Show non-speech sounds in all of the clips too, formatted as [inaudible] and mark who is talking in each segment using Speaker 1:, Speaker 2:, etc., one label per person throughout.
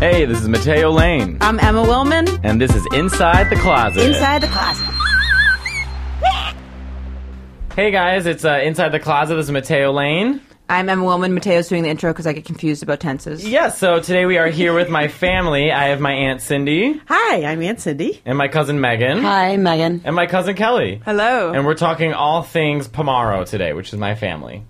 Speaker 1: Hey, this is Mateo Lane,
Speaker 2: I'm Emma Willman.
Speaker 1: and this is Inside the Closet.
Speaker 2: Inside the closet.
Speaker 1: Hey guys, it's uh, Inside the Closet. This is Mateo Lane.
Speaker 2: I'm Emma Willman. Mateo's doing the intro because I get confused about tenses.
Speaker 1: Yeah, so today we are here with my family. I have my Aunt Cindy,
Speaker 3: Hi, I'm Aunt Cindy.
Speaker 1: and my cousin Megan,
Speaker 4: Hi, Megan.
Speaker 1: and my cousin Kelly.
Speaker 2: Hello.
Speaker 1: And we're talking all things Pomaro today, which is my family.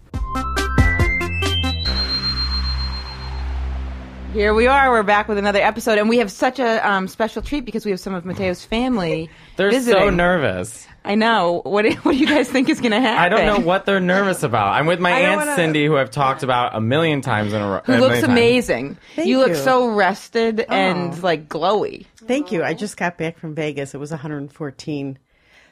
Speaker 2: Here we are. We're back with another episode, and we have such a um, special treat because we have some of Mateo's family
Speaker 1: They're
Speaker 2: visiting.
Speaker 1: so nervous.
Speaker 2: I know. What do, what do you guys think is going to happen?
Speaker 1: I don't know what they're nervous about. I'm with my
Speaker 3: don't
Speaker 1: Aunt
Speaker 3: wanna-
Speaker 1: Cindy, who I've talked about a million times in a row.
Speaker 2: Who looks amazing.
Speaker 3: Thank
Speaker 2: you look
Speaker 3: you. Oh.
Speaker 2: so rested and like glowy.
Speaker 3: Thank you. I just got back from Vegas. It was 114.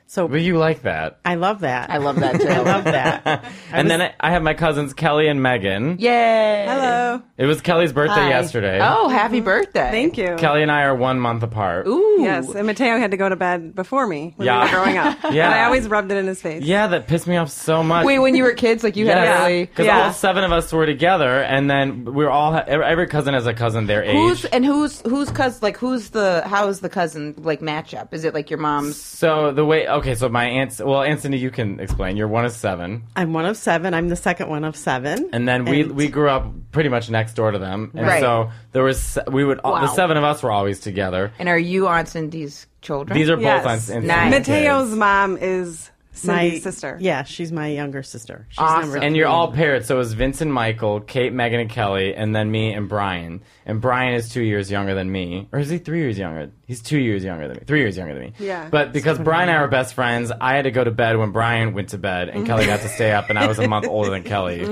Speaker 3: So
Speaker 1: But you like that.
Speaker 3: I love that.
Speaker 2: I love that too.
Speaker 3: love that. [laughs]
Speaker 1: and then I, I have my cousins Kelly and Megan.
Speaker 2: [laughs] Yay!
Speaker 5: Hello.
Speaker 1: It was Kelly's birthday yesterday.
Speaker 2: Oh,
Speaker 3: Mm-hmm.
Speaker 2: happy birthday!
Speaker 5: Thank you.
Speaker 1: Kelly and I are one month apart.
Speaker 2: Ooh.
Speaker 5: Yes, and Mateo had to go to bed before me when
Speaker 1: Yeah.
Speaker 5: we were growing up.
Speaker 1: Yeah.
Speaker 5: And I always rubbed it in his face.
Speaker 1: Yeah, that pissed me off so much.
Speaker 2: Wait, when you were kids, like you had a really.
Speaker 1: because
Speaker 5: Yeah.
Speaker 1: all seven of us were together, and then we were all every every cousin has a cousin their
Speaker 2: Who's
Speaker 1: age.
Speaker 2: and who's who's cousin? Like who's the how is the cousin like matchup? Is it like your mom's?
Speaker 1: So the way okay, so my aunt's well, Anthony, you can explain. You're one of seven,
Speaker 3: I'm one of seven. I'm the second one of seven.
Speaker 1: and then we
Speaker 3: And-
Speaker 1: we grew up pretty much next door to them, and
Speaker 2: Right.
Speaker 1: so there was we would all the
Speaker 2: Wow.
Speaker 1: seven of us were always together.
Speaker 2: And are you Aunt Cindy's children?
Speaker 1: These are both
Speaker 5: Yes.
Speaker 1: on Anthony's
Speaker 2: Nice.
Speaker 1: kids.
Speaker 5: Mateo's mom is
Speaker 3: my
Speaker 5: Cindy's sister.
Speaker 3: Yeah, she's my younger sister. She's
Speaker 2: Awesome.
Speaker 3: number
Speaker 1: And you're
Speaker 3: three.
Speaker 1: all paired. So it was Vincent, Michael, Kate, Megan, and Kelly, and then me and Brian. And Brian is two years younger than me. Or is he three years younger? He's two years younger than me. Three years younger than me.
Speaker 5: Yeah.
Speaker 1: But because Brian and I were best friends, I had to go to bed when Brian went to bed, and Kelly got to stay up, and I was a month older than Kelly.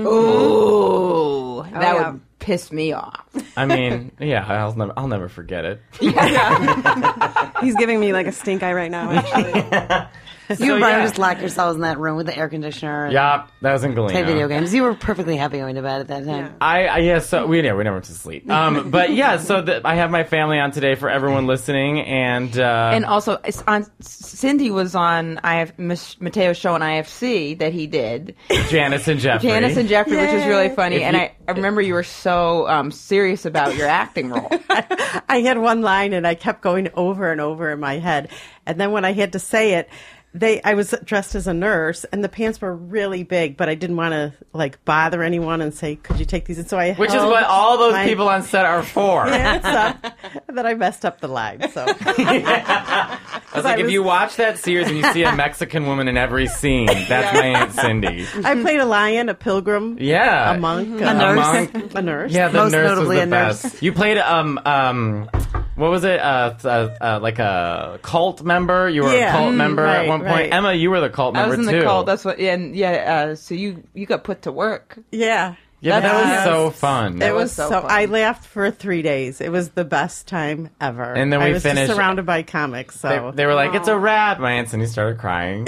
Speaker 2: Ooh, that
Speaker 5: yeah.
Speaker 2: would piss me off.
Speaker 1: I mean, yeah, I'll never, I'll never forget it.
Speaker 5: He's giving me like a stink eye right now, actually.
Speaker 4: You and Brian
Speaker 1: yeah.
Speaker 4: just locked yourselves in that room with the air conditioner and
Speaker 1: Yep, that was in Galena.
Speaker 4: played video games. You were perfectly happy going to bed at that time.
Speaker 1: I, I yeah, so we yeah, we never went to sleep. Um, but yeah, so the, I have my family on today for everyone listening, and uh,
Speaker 2: And also, it's on Cindy was on I have Miss Mateo's show on IFC that he did.
Speaker 1: Janice and Jeffrey.
Speaker 2: Janice and Jeffrey, which was really funny.
Speaker 1: If
Speaker 2: and
Speaker 1: you-
Speaker 2: I, I remember you were so um, serious about your
Speaker 1: [laughs]
Speaker 2: acting role.
Speaker 3: I had one line and I kept going over and over in my head. And then when I had to say it, they I was dressed as a nurse and the pants were really big, but I didn't want to like bother anyone and say, "Could you take these?" And so I
Speaker 1: Which is
Speaker 3: held
Speaker 1: what all those
Speaker 3: Oh, my
Speaker 1: people on set are for.
Speaker 3: pants up. [laughs] And then I messed up the line. So
Speaker 1: I was like, if you watch that series and you see a Mexican woman in every scene, that's my Aunt Cindy.
Speaker 3: I played a lion, a pilgrim,
Speaker 1: Yeah.
Speaker 3: a monk,
Speaker 1: A nurse.
Speaker 3: monk, a
Speaker 1: [laughs]
Speaker 3: nurse.
Speaker 1: Yeah, the
Speaker 4: Most
Speaker 1: nurse
Speaker 4: notably
Speaker 1: was the
Speaker 4: a nurse.
Speaker 1: best. You played um um what was it? Uh, th- uh, uh, like a cult member? You were
Speaker 3: Yeah.
Speaker 1: a cult
Speaker 3: Mm,
Speaker 1: member at
Speaker 3: right,
Speaker 1: one point.
Speaker 3: right.
Speaker 1: Emma, you were the cult
Speaker 2: I
Speaker 1: member
Speaker 2: was in
Speaker 1: too.
Speaker 2: the cult. That's what. And yeah. Uh, so you you got put to work.
Speaker 3: yeah.
Speaker 1: yeah, but that was
Speaker 3: Yes.
Speaker 1: so fun.
Speaker 3: It was,
Speaker 2: was so
Speaker 3: so.
Speaker 2: fun.
Speaker 3: I laughed for three days. It was the best time ever.
Speaker 1: And then we
Speaker 3: I was
Speaker 1: finished-
Speaker 3: just surrounded by comics.
Speaker 1: they,
Speaker 3: So
Speaker 1: they were like, "It's a wrap." My Aunt Cindy started crying.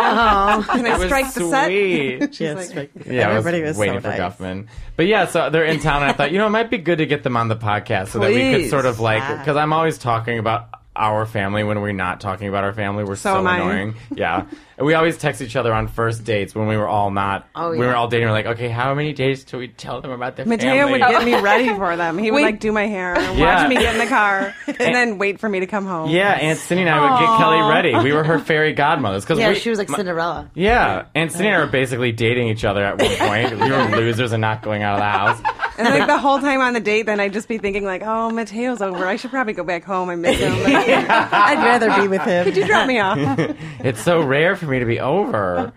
Speaker 5: Can I
Speaker 1: [laughs] it was
Speaker 5: strike the set?
Speaker 1: sweet.
Speaker 3: Yes, [laughs] like-
Speaker 1: Yeah,
Speaker 3: everybody
Speaker 1: I was,
Speaker 3: was,
Speaker 1: waiting
Speaker 3: so
Speaker 1: for
Speaker 3: nice.
Speaker 1: Guffman. But yeah, so they're in town, and I thought, you know, it might be good to get them on the podcast so that we could
Speaker 2: Please.
Speaker 1: sort of like,
Speaker 3: Yeah.
Speaker 1: because I'm always talking about our family when we're not talking about our family. We're so,
Speaker 5: So am I.
Speaker 1: annoying. Yeah, And we always text each other on first dates when we were all not.
Speaker 2: Oh,
Speaker 1: We
Speaker 2: yeah.
Speaker 1: were all dating. We're like, okay, how many days till we tell them about their
Speaker 5: Mateo
Speaker 1: family?
Speaker 5: would get me ready for them. He would
Speaker 2: Wait.
Speaker 5: like do my hair, watch
Speaker 1: Yeah.
Speaker 5: me get in the car, and then wait for me to come home.
Speaker 1: yeah, Aunt Cindy and I would get Kelly ready. We were her fairy godmothers because
Speaker 4: Yeah,
Speaker 1: we,
Speaker 4: she was like Cinderella.
Speaker 1: yeah, Aunt Cindy and I were basically dating each other at one point. we were losers and not going out of the house.
Speaker 5: And like the whole time on the date, then I'd just be thinking like, oh, Mateo's over. I should probably go back home. I miss him.
Speaker 3: I'd rather be with him.
Speaker 5: Could you drop me off?
Speaker 1: It's so rare for me to be over.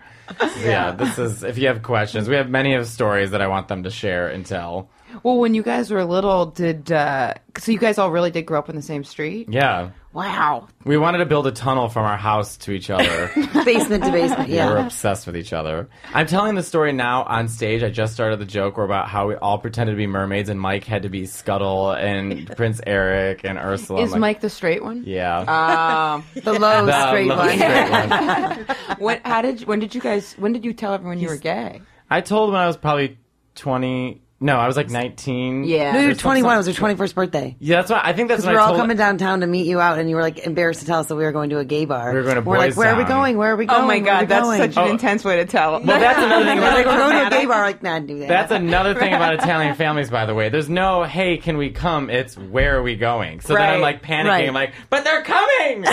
Speaker 1: Yeah, this is. If you have questions, we have many of stories that I want them to share and tell.
Speaker 2: Well, when you guys were little, did uh, so you guys all really did grow up on the same street?
Speaker 1: Yeah,
Speaker 2: Wow.
Speaker 1: we wanted to build a tunnel from our house to each other.
Speaker 4: Basement to basement.
Speaker 1: We were
Speaker 4: Yeah.
Speaker 1: obsessed with each other. I'm telling the story now on stage. I just started the joke where about how we all pretended to be mermaids, and Mike had to be Scuttle, and Prince Eric, and Ursula.
Speaker 2: Is
Speaker 1: I'm like,
Speaker 2: Mike the straight one?
Speaker 1: Yeah.
Speaker 2: Um, the low
Speaker 1: The
Speaker 2: straight
Speaker 1: love
Speaker 2: one.
Speaker 1: [laughs] straight one.
Speaker 2: When, how did when did you guys when did you tell everyone you were gay?
Speaker 1: I told when I was probably 20. No, I was like 19.
Speaker 2: Yeah.
Speaker 4: No,
Speaker 2: There's
Speaker 4: you're
Speaker 2: some-
Speaker 4: 21. It was your 21st birthday.
Speaker 1: Yeah, that's why I think that's
Speaker 4: Because
Speaker 1: when
Speaker 4: we're
Speaker 1: I
Speaker 4: all
Speaker 1: told
Speaker 4: coming downtown to meet you out, and you were like embarrassed to tell us that we were going to a gay bar.
Speaker 1: We were going to
Speaker 4: We're like,
Speaker 1: Boys
Speaker 4: where are we
Speaker 1: Town."
Speaker 4: going? Where are we
Speaker 2: Oh
Speaker 4: going?
Speaker 2: my
Speaker 4: Where are we
Speaker 2: god, that's
Speaker 4: going?"
Speaker 2: such an
Speaker 1: Oh.
Speaker 2: intense way to tell.
Speaker 1: Well, that's another thing.
Speaker 4: We're
Speaker 1: about-
Speaker 4: like, we're going to a gay bar. Like, nah, do that.
Speaker 1: That's another thing about Italian families, by the way. There's no, hey, can we come? It's where are we going? So then I'm
Speaker 2: Right,
Speaker 1: like panicking.
Speaker 4: right.
Speaker 1: I'm like, but they're coming!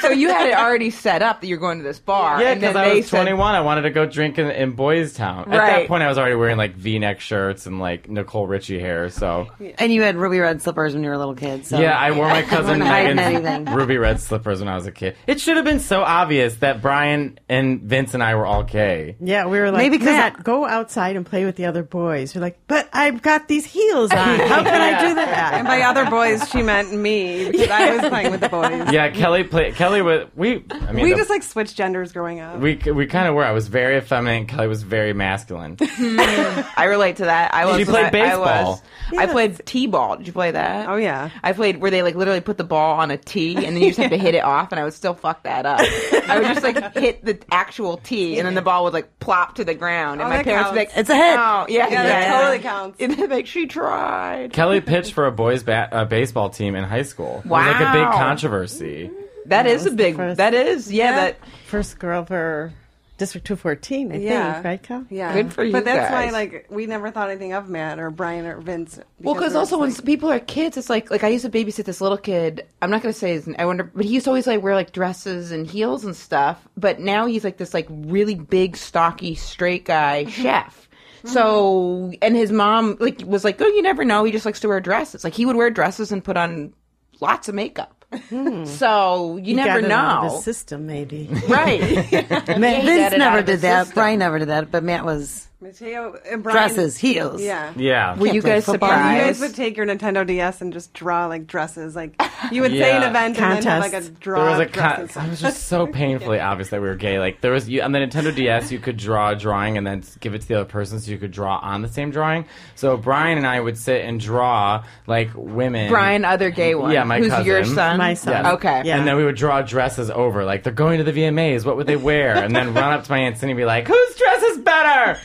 Speaker 2: so you had it already set up that you're going to this bar.
Speaker 1: yeah,
Speaker 2: and then
Speaker 1: because I
Speaker 2: they
Speaker 1: was
Speaker 2: said-
Speaker 1: 21. I wanted to go drink in, in Boys Town. At
Speaker 2: Right.
Speaker 1: that point, I was already wearing like v neck shirts and like Nicole Richie hair. So, yeah,
Speaker 4: and you had ruby red slippers when you were a little kid. So.
Speaker 1: I wore my cousin
Speaker 4: Wasn't hiding
Speaker 1: Megan's
Speaker 4: anything.
Speaker 1: ruby red slippers when I was a kid. It should have been so obvious that Brian and Vince and I were all gay.
Speaker 3: Yeah, we were like,
Speaker 4: Maybe 'cause
Speaker 3: Matt, go outside and play with the other boys. You're like, but I've got these heels on. How can I do
Speaker 5: And
Speaker 3: that?
Speaker 5: by other boys, she meant me because I was playing with the boys.
Speaker 1: Yeah, Kelly played. Kelly was. [laughs] We. I mean,
Speaker 5: We
Speaker 1: the-
Speaker 5: just like switched genders growing up.
Speaker 1: we we kind of were. I was very effeminate. Kelly was very masculine.
Speaker 2: I relate to that. I was
Speaker 1: you played
Speaker 2: I- I,
Speaker 1: baseball.
Speaker 2: was, I played t-ball. Did you play that?
Speaker 5: Oh, yeah.
Speaker 2: I played where they like literally put the ball on a tee and then you just have to hit it off, and I would still fuck that up. I would just like hit the actual tee, and then the ball would like plop to the ground, and
Speaker 5: Oh,
Speaker 2: my
Speaker 5: that
Speaker 2: parents would be
Speaker 5: counts.
Speaker 2: like, "It's a hit!" Oh, yeah,
Speaker 5: yeah, that
Speaker 2: yeah.
Speaker 5: totally counts.
Speaker 2: [laughs] And then, like she tried.
Speaker 1: Kelly pitched for a boys ba- uh, baseball team in high school. It was like a big
Speaker 2: Wow.
Speaker 1: controversy.
Speaker 2: That is a big.
Speaker 3: first-
Speaker 2: That is yeah. That
Speaker 3: First girl for District 214, I
Speaker 5: Yeah.
Speaker 3: think, right, Cal?
Speaker 5: Yeah,
Speaker 2: Good for you
Speaker 5: But that's why,
Speaker 2: guys.
Speaker 5: like, we never thought anything of Matt or Brian or Vince.
Speaker 2: Well, because
Speaker 5: we were
Speaker 2: also
Speaker 5: just
Speaker 2: when
Speaker 5: like-
Speaker 2: s people are kids, it's like like I used to babysit this little kid. I'm not going to say his. I wonder, but he used to always like wear like dresses and heels and stuff. But now he's like this like really big, stocky, straight guy chef. So and his mom like was like, oh, you never know. He just likes to wear dresses. Like he would wear dresses and put on lots of makeup. [laughs] So you never
Speaker 3: The
Speaker 2: know,
Speaker 3: system, maybe.
Speaker 2: right? [laughs]
Speaker 4: Matt,
Speaker 2: he got
Speaker 4: Vince
Speaker 2: it out
Speaker 4: never
Speaker 2: of the
Speaker 4: did that.
Speaker 2: system.
Speaker 4: Brian never did that. But Matt was
Speaker 5: Mateo and Brian,
Speaker 4: dresses, heels.
Speaker 5: Yeah. And
Speaker 1: Yeah.
Speaker 2: Were you
Speaker 4: play
Speaker 2: guys
Speaker 4: football.
Speaker 5: You
Speaker 2: surprised?
Speaker 5: guys would take your Nintendo DS and just draw like dresses. Like you would say an
Speaker 1: Yeah.
Speaker 5: event and then have, like a
Speaker 3: Contest.
Speaker 5: draw.
Speaker 1: there was a
Speaker 5: of
Speaker 1: con-
Speaker 5: dresses.
Speaker 1: I was just so painfully obvious that we were gay. Like there was you, on the Nintendo DS, you could draw a drawing and then give it to the other person, so you could draw on the same drawing. So Brian and I would sit and draw like women.
Speaker 2: Brian, other gay one.
Speaker 1: Yeah, my
Speaker 2: who's your
Speaker 1: cousin.
Speaker 2: son?
Speaker 3: My son.
Speaker 1: Yes.
Speaker 2: Okay.
Speaker 3: Yeah.
Speaker 1: And then we would draw dresses over, like they're going to the VMAs. What would they wear? And then run up to my aunt Cindy and be like, "Whose dress is better?"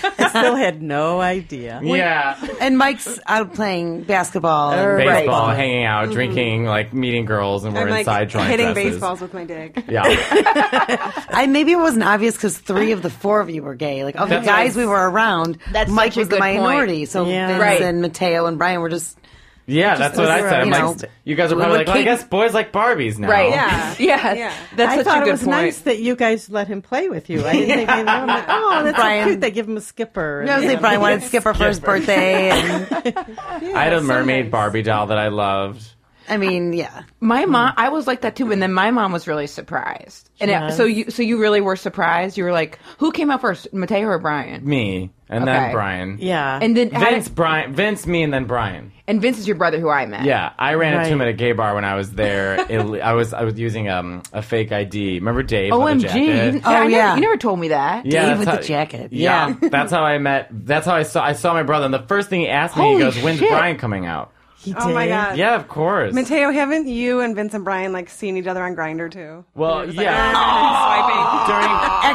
Speaker 3: I still had no idea.
Speaker 1: yeah,
Speaker 4: And Mike's out playing basketball. and-
Speaker 2: Right.
Speaker 1: baseball, hanging out, drinking, like meeting girls, and we're
Speaker 5: I'm like
Speaker 1: inside drawing
Speaker 5: hitting
Speaker 1: dresses.
Speaker 5: baseballs with my dick.
Speaker 1: Yeah,
Speaker 4: I maybe it wasn't obvious because three of the four of you were gay. Like of the
Speaker 1: That's what
Speaker 4: guys
Speaker 1: I-
Speaker 4: we were around,
Speaker 2: That's
Speaker 4: Mike
Speaker 2: such a
Speaker 4: was the
Speaker 2: good point.
Speaker 4: minority. So
Speaker 3: Yeah.
Speaker 4: Vince
Speaker 2: Right.
Speaker 4: and Mateo and Brian were just
Speaker 1: yeah, that's what I said. I'm
Speaker 4: you
Speaker 1: like,
Speaker 4: know,
Speaker 1: you guys are probably
Speaker 4: we're
Speaker 1: like, well, I
Speaker 4: keep-
Speaker 1: guess boys like Barbies now.
Speaker 2: Right.
Speaker 5: Yeah.
Speaker 2: [laughs] Yeah.
Speaker 5: Yeah.
Speaker 2: [laughs] That's
Speaker 3: I
Speaker 2: such
Speaker 3: thought
Speaker 2: a good
Speaker 3: it was
Speaker 2: point.
Speaker 3: nice that you guys let him play with you. I didn't
Speaker 2: [laughs]
Speaker 3: think anything. I'm like, oh, that's so
Speaker 4: Brian-
Speaker 3: cute. They give him a skipper.
Speaker 4: I was like Brian wanted Skipper for his birthday. And,
Speaker 1: I had a mermaid
Speaker 5: nice.
Speaker 1: Barbie doll that I loved.
Speaker 4: I mean, yeah.
Speaker 2: My mom, I was like that too, and then my mom was really surprised. And it,
Speaker 3: was.
Speaker 2: so you, so you really were surprised. You were like, "Who came out first, Mateo or Brian?"
Speaker 1: Me and
Speaker 2: Okay.
Speaker 1: then Brian.
Speaker 3: yeah.
Speaker 2: And then how
Speaker 1: Vince,
Speaker 2: did-
Speaker 1: Brian, Vince, me, and then Brian.
Speaker 2: and Vince is your brother who I met.
Speaker 1: Yeah, I ran into him
Speaker 3: Right.
Speaker 1: at a gay bar when I was there. [laughs] Ill- I was I was using um, a fake ID. Remember Dave? With the
Speaker 2: OMG! You,
Speaker 1: jacket?
Speaker 4: Oh,
Speaker 2: I never-
Speaker 4: yeah.
Speaker 2: you never told me that.
Speaker 1: Yeah,
Speaker 4: Dave
Speaker 1: that's
Speaker 4: with
Speaker 1: how-
Speaker 4: the jacket.
Speaker 1: Yeah, [laughs] that's how I met. That's how I saw. I saw my brother, and the first thing he asked me,
Speaker 2: Holy
Speaker 1: he goes, "When's
Speaker 2: shit.
Speaker 1: Brian coming out?"
Speaker 3: he did.
Speaker 5: Oh my god.
Speaker 1: Yeah, of course.
Speaker 5: Mateo, haven't you and Vince and Brian like seen each other on Grinder too?
Speaker 1: Well,
Speaker 5: It was
Speaker 1: yeah.
Speaker 5: Like,
Speaker 1: During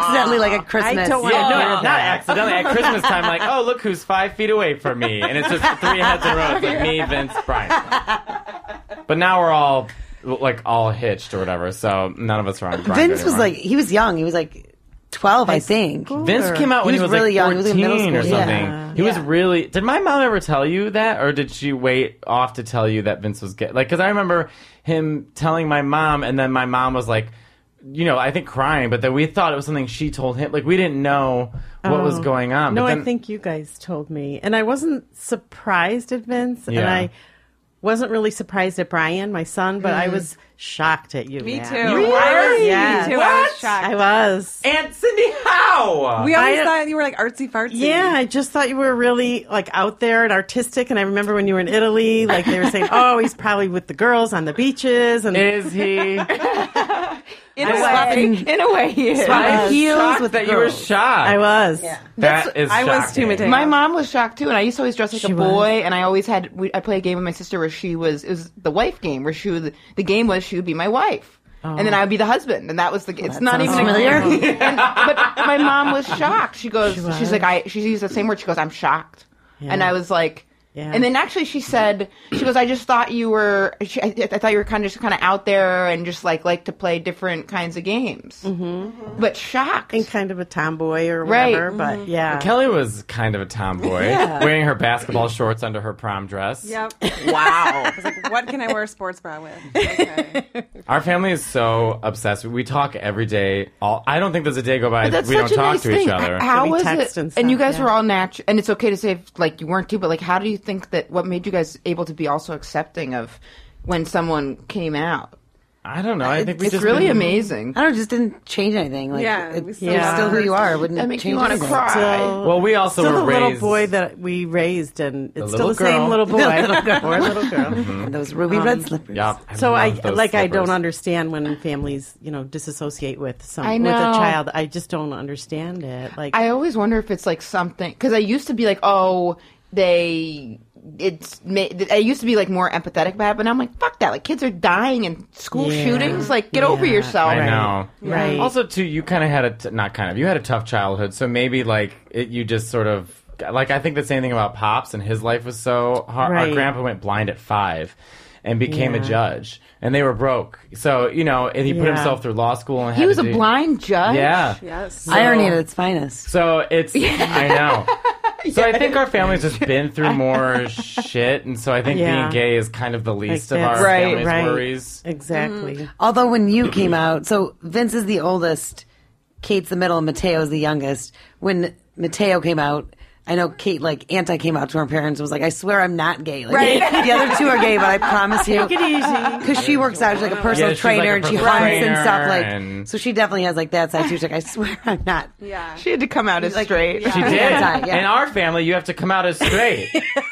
Speaker 4: Accidentally, like a Christmas.
Speaker 3: I don't want
Speaker 1: Yeah, no,
Speaker 3: to hear
Speaker 1: not accidentally. At Christmas time, like, oh, look who's five feet away from me. And it's just three heads in a row. It's like me, Vince, Brian. But now we're all, like, all hitched or whatever. So none of us are on Grindr
Speaker 4: Vince was
Speaker 1: anymore.
Speaker 4: like, he was young. He was like 12, I think.
Speaker 1: Vince came out when he
Speaker 4: He
Speaker 1: was,
Speaker 4: was really
Speaker 1: like
Speaker 4: young. He was
Speaker 1: 14
Speaker 4: in middle
Speaker 1: or
Speaker 4: school.
Speaker 1: something.
Speaker 3: Yeah.
Speaker 1: He was really. Did my mom ever tell you that, or did she wait off to tell you that Vince was gay? Like, because I remember him telling my mom, and then my mom was like, you know, I think crying, but then we thought it was something she told him. Like, we didn't know what was
Speaker 3: Oh.
Speaker 1: going on.
Speaker 3: No,
Speaker 1: but then,
Speaker 3: I think you guys told me, and I wasn't surprised at Vince, and
Speaker 1: Yeah.
Speaker 3: I wasn't really surprised at Brian, my son, but I was shocked at you.
Speaker 5: Mm. Me
Speaker 3: Matt.
Speaker 5: too.
Speaker 1: Really?
Speaker 5: I was,
Speaker 3: Yeah.
Speaker 5: Me too. I
Speaker 1: What?
Speaker 5: was shocked.
Speaker 3: I was.
Speaker 1: Aunt Cindy, how?
Speaker 5: we always
Speaker 3: I-
Speaker 5: thought you were like artsy fartsy.
Speaker 3: Yeah, I just thought you were really like out there and artistic. And I remember when you were in Italy, like they were saying, "Oh, he's probably with the girls on the beaches." And
Speaker 1: Is he?
Speaker 2: In a way,
Speaker 4: Swapping-
Speaker 2: in a way, he is.
Speaker 1: I'm
Speaker 4: heels
Speaker 1: shocked
Speaker 4: with the
Speaker 1: that you were
Speaker 4: girls.
Speaker 1: shocked.
Speaker 3: I was.
Speaker 1: That is.
Speaker 5: I was too,
Speaker 1: shocking.
Speaker 5: Mateo.
Speaker 2: My mom was shocked too, and I used to always dress like
Speaker 3: She
Speaker 2: a
Speaker 3: was.
Speaker 2: boy. And I always had we, I played a game with my sister where she was it was the wife game where she was the game was she would be my wife. And then I would be the husband, and that was the. It's not
Speaker 4: sounds
Speaker 2: even
Speaker 4: familiar.
Speaker 2: and, but my mom was shocked. She goes,
Speaker 3: was.
Speaker 2: she's like, I. She used the same word. She goes, I'm shocked. and I was like.
Speaker 3: Yeah.
Speaker 2: And then actually, she said, "She goes, I just thought you were, she, I, I thought you were kind of just kind of out there and just like like to play different kinds of games." Mm-hmm. But shocked,
Speaker 3: and kind of a tomboy or
Speaker 2: Right.
Speaker 3: whatever, but yeah.
Speaker 1: Kelly was kind of a tomboy, wearing her basketball shorts under her prom dress.
Speaker 3: [laughs]
Speaker 5: Yep.
Speaker 2: wow.
Speaker 5: I was like, what can I wear a sports bra with? Okay.
Speaker 1: Our family is so obsessed. We talk every day. All I don't think there's a day go by
Speaker 2: But that's
Speaker 1: we don't
Speaker 2: such a
Speaker 1: talk
Speaker 2: nice
Speaker 1: to
Speaker 2: thing.
Speaker 1: each other.
Speaker 2: H- How
Speaker 3: We
Speaker 2: was
Speaker 3: text
Speaker 2: it?
Speaker 3: and
Speaker 2: And,
Speaker 3: stuff,
Speaker 2: you guys
Speaker 3: yeah.
Speaker 2: were all natural, and it's okay to say if, like you weren't too, but like how do you think that? What made you guys able to be also accepting of when someone came out?
Speaker 1: I don't know. I think we
Speaker 2: it's
Speaker 1: just
Speaker 2: really
Speaker 1: been-
Speaker 2: amazing.
Speaker 4: I don't know, it just didn't change anything. Like,
Speaker 5: Yeah,
Speaker 4: it,
Speaker 5: we
Speaker 4: you're
Speaker 5: still-
Speaker 4: still who you are. It wouldn't
Speaker 2: That makes me
Speaker 4: change
Speaker 2: wanna
Speaker 4: anything.
Speaker 2: cry.
Speaker 3: Still-
Speaker 1: Well, we also
Speaker 3: still
Speaker 1: were
Speaker 3: the little
Speaker 1: raised- [laughs]
Speaker 3: boy that we raised, and it's
Speaker 1: The
Speaker 3: still the
Speaker 1: little
Speaker 3: same
Speaker 1: girl.
Speaker 3: little boy [laughs] or little girl.
Speaker 1: [laughs]
Speaker 4: And those ruby
Speaker 2: Um,
Speaker 4: red slippers.
Speaker 1: Yeah.
Speaker 3: So I
Speaker 1: love those
Speaker 3: like I
Speaker 1: slippers.
Speaker 3: don't understand when families you know disassociate with some
Speaker 2: I
Speaker 3: with a
Speaker 2: know.
Speaker 3: child. I just don't understand it. Like
Speaker 2: I always wonder if it's like something because I used to be like, oh, they. It's. ma- I used to be like more empathetic about it, but now I'm like, fuck that. Like kids are dying in school
Speaker 3: Yeah.
Speaker 2: shootings. Like, get over
Speaker 3: Yeah.
Speaker 2: yourself.
Speaker 1: I
Speaker 3: Right.
Speaker 1: know.
Speaker 3: Right.
Speaker 1: Also, too, you kind of had a t- not kind of you had a tough childhood, so maybe like it, you just sort of like I think the same thing about pops, and his life was so hard.
Speaker 3: Right.
Speaker 1: Our grandpa went blind at five. And became
Speaker 3: Yeah.
Speaker 1: a judge, and they were broke. So you know, and he put
Speaker 3: Yeah.
Speaker 1: himself through law school. And
Speaker 2: He
Speaker 1: had
Speaker 2: was
Speaker 1: to
Speaker 2: a
Speaker 1: do-
Speaker 2: blind judge.
Speaker 1: Yeah.
Speaker 5: Yes.
Speaker 4: Irony at its finest.
Speaker 1: So
Speaker 3: [laughs]
Speaker 1: it's I know. So I think our family's just been through more shit, and so I think
Speaker 3: Yeah.
Speaker 1: being gay is kind of the least of
Speaker 3: that's-
Speaker 1: our
Speaker 3: Right,
Speaker 1: family's
Speaker 3: right.
Speaker 1: worries.
Speaker 3: exactly.
Speaker 4: Although when you came out, so Vince is the oldest, Kate's the middle, and Mateo's the youngest. When Mateo came out, I know Kate like anti came out to her parents and was like, "I swear I'm not gay." Like, right. [laughs] The other two are gay, but I promise you,
Speaker 3: Take it easy.
Speaker 4: because she works out she's like a personal
Speaker 1: Yeah, she's like a
Speaker 4: trainer and she
Speaker 1: personal
Speaker 4: hunts and
Speaker 1: trainer
Speaker 4: stuff. Like,
Speaker 1: and-
Speaker 4: so she definitely has like that side too. She's like, "I swear I'm not."
Speaker 5: Yeah.
Speaker 2: She had to come out as straight.
Speaker 1: She did.
Speaker 4: Anti, yeah.
Speaker 1: In our family, you have to come out as
Speaker 3: [laughs]
Speaker 1: straight.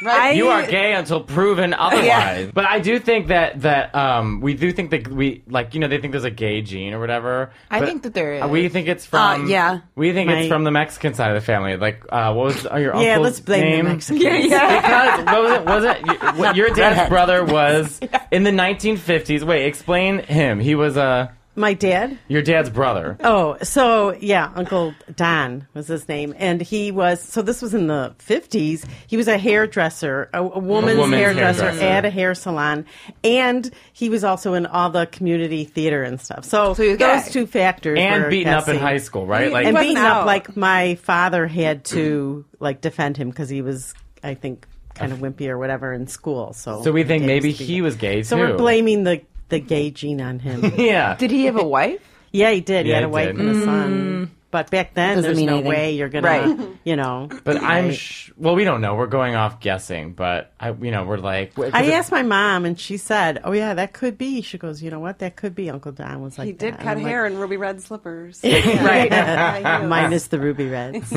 Speaker 5: I-
Speaker 1: You are gay until proven otherwise. But I do think that that um we do think that we like you know they think there's a gay gene or whatever.
Speaker 2: I
Speaker 1: but
Speaker 2: think that there is.
Speaker 1: We think it's from
Speaker 4: Uh, yeah.
Speaker 1: We think
Speaker 3: My-
Speaker 1: it's from the Mexican side of the family. Like uh, what was uh, your
Speaker 3: Yeah,
Speaker 1: uncle's
Speaker 3: let's blame
Speaker 1: name?
Speaker 3: the Mexicans. Yeah,
Speaker 1: because what was it? Was it
Speaker 3: [laughs]
Speaker 1: you- what, your dad's brother was in the 1950s? Wait, explain him. He was uh,
Speaker 3: My dad.
Speaker 1: your dad's brother.
Speaker 3: Oh, so yeah, Uncle Don was his name, and he was. So this was in the fifties. He was a hairdresser, a, a woman's,
Speaker 1: woman's
Speaker 3: hairdresser,
Speaker 1: hairdresser.
Speaker 3: at a hair salon, and he was also in all the community theater and stuff. So,
Speaker 2: So he was gay.
Speaker 3: those two factors
Speaker 1: And
Speaker 3: were
Speaker 1: beaten up in
Speaker 3: casting.
Speaker 1: high school, right? Like
Speaker 3: and
Speaker 5: wasn't
Speaker 3: beaten up
Speaker 5: out.
Speaker 3: like my father had to like defend him because he was i think kind of wimpy or whatever in school so
Speaker 1: so we think
Speaker 3: it
Speaker 1: maybe
Speaker 3: used to be-
Speaker 1: he was gay
Speaker 3: so
Speaker 1: too.
Speaker 3: we're blaming the the gay gene on him
Speaker 1: Yeah.
Speaker 2: Did he have a wife?
Speaker 3: yeah he did he
Speaker 1: Yeah,
Speaker 3: had a
Speaker 1: he
Speaker 3: wife
Speaker 1: did.
Speaker 3: and a
Speaker 2: Mm.
Speaker 3: son but back then
Speaker 4: Doesn't
Speaker 3: there's
Speaker 4: mean
Speaker 3: no
Speaker 4: anything.
Speaker 3: way you're gonna
Speaker 2: Right.
Speaker 3: you
Speaker 1: [laughs]
Speaker 3: know
Speaker 1: but I'm
Speaker 3: Right.
Speaker 1: sh- well. We don't know. We're going off guessing, but I, you know, we're like. wait, 'cause
Speaker 3: I
Speaker 1: it-
Speaker 3: asked my mom, and she said, "Oh yeah, that could be." She goes, "You know what? That could be." Uncle Don was like,
Speaker 5: He did
Speaker 3: that. And
Speaker 5: cut
Speaker 3: I'm
Speaker 5: hair
Speaker 3: like,
Speaker 5: in ruby red
Speaker 3: [laughs]
Speaker 5: slippers.
Speaker 2: Right.
Speaker 5: High heels.
Speaker 3: minus the ruby
Speaker 2: [laughs]
Speaker 3: reds."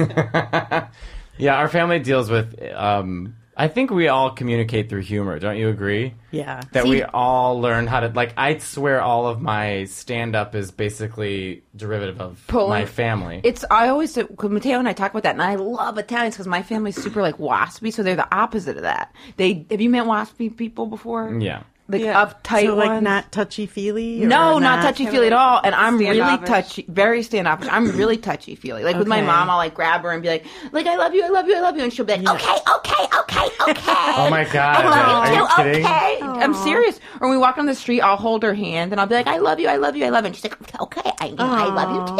Speaker 1: Yeah, our family deals with. Um, I think we all communicate through humor. Don't you agree?
Speaker 3: yeah,
Speaker 1: that we all learn how to like i swear all of my stand up is basically derivative of
Speaker 2: Pulling-
Speaker 1: my family
Speaker 2: It's I always because Matteo and I talk about that, and I love Italians because my family's super like waspy, so they're the opposite of that. They have you met waspy people before?
Speaker 1: yeah
Speaker 2: like
Speaker 5: Yeah.
Speaker 2: uptight
Speaker 3: so like
Speaker 2: ones.
Speaker 3: not touchy feely.
Speaker 2: no, not touchy feely at all. And I'm really
Speaker 5: Standoffish.
Speaker 2: touchy, very standoffish. I'm
Speaker 1: [clears throat]
Speaker 2: really touchy feely. Like with my
Speaker 3: Okay.
Speaker 2: mom, I'll like grab her and be like, like I love you, I love you, I love you, and she'll be like, okay, okay,
Speaker 1: [laughs]
Speaker 2: okay, okay.
Speaker 1: oh my god
Speaker 2: I
Speaker 1: are you
Speaker 2: [laughs] love you
Speaker 1: kidding
Speaker 2: too. Okay, I'm serious. Or when we walk down the street, I'll hold her hand and I'll be like, "I love you, I love you, I love." you. And she's like, "Okay, okay, I, you know, I love you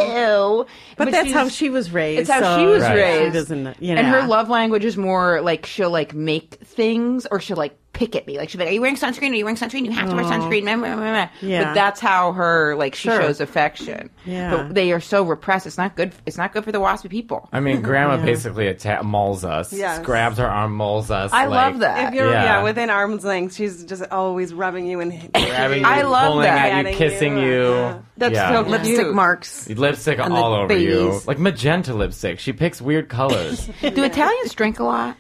Speaker 2: too."
Speaker 3: But, that's
Speaker 2: she's-
Speaker 3: how she was raised.
Speaker 2: It's how
Speaker 3: so
Speaker 2: she was
Speaker 1: Right.
Speaker 2: raised.
Speaker 3: She doesn't, you know.
Speaker 2: And her love language is more like she'll like make things or she'll like pick at me. Like she'll be like, Are you wearing sunscreen? Are you wearing sunscreen? You have to wear sunscreen. Meh, meh, meh, meh.
Speaker 3: Yeah.
Speaker 2: But that's how her like she
Speaker 3: Sure.
Speaker 2: shows affection.
Speaker 3: Yeah.
Speaker 2: But they are so repressed. It's not good it's not good for the waspy people.
Speaker 1: i mean grandma basically atta- mauls us
Speaker 5: Yes.
Speaker 1: grabs our arm mauls us
Speaker 2: I
Speaker 1: like,
Speaker 2: love that.
Speaker 5: If you're yeah.
Speaker 1: Yeah.
Speaker 5: within arm's length, she's just always rubbing you and [laughs]
Speaker 1: grabbing you
Speaker 2: I love
Speaker 1: pulling
Speaker 2: that.
Speaker 1: at you
Speaker 5: Patting
Speaker 1: kissing
Speaker 5: you.
Speaker 1: you,
Speaker 5: Yeah.
Speaker 2: That's
Speaker 1: yeah.
Speaker 2: so cute.
Speaker 4: [laughs] Lipstick marks.
Speaker 1: lipstick
Speaker 4: the
Speaker 1: all over you
Speaker 4: babies.
Speaker 1: like magenta lipstick she picks weird colors
Speaker 2: Do Italians drink a lot?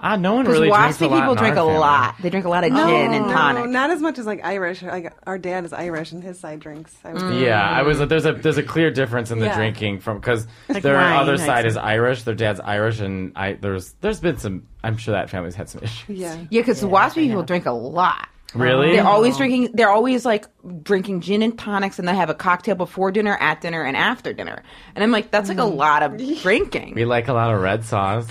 Speaker 1: ah no one
Speaker 2: Because
Speaker 1: really drinks a
Speaker 2: waspy
Speaker 1: lot
Speaker 2: people
Speaker 1: in our
Speaker 2: drink a
Speaker 1: family.
Speaker 2: lot. They drink a lot of gin and tonic.
Speaker 5: No, not as much as like Irish. Like our dad is Irish and his side drinks. I would
Speaker 3: Mm.
Speaker 5: say.
Speaker 1: Yeah, I was. There's a there's a clear difference in the
Speaker 5: Yeah.
Speaker 1: drinking from because
Speaker 3: Like
Speaker 1: their
Speaker 3: wine, I
Speaker 1: other side
Speaker 3: see.
Speaker 1: is Irish. Their dad's Irish, and I there's there's been some. I'm sure that family's had some issues.
Speaker 5: Yeah.
Speaker 2: Yeah, because the waspy people drink a lot.
Speaker 1: Really?
Speaker 2: They're always drinking. They're always like drinking gin and tonics, and they have a cocktail before dinner, at dinner, and after dinner. And I'm like, that's like a
Speaker 5: Mm.
Speaker 2: lot
Speaker 5: [laughs]
Speaker 2: of
Speaker 1: we
Speaker 2: drinking.
Speaker 1: like a lot of red sauce.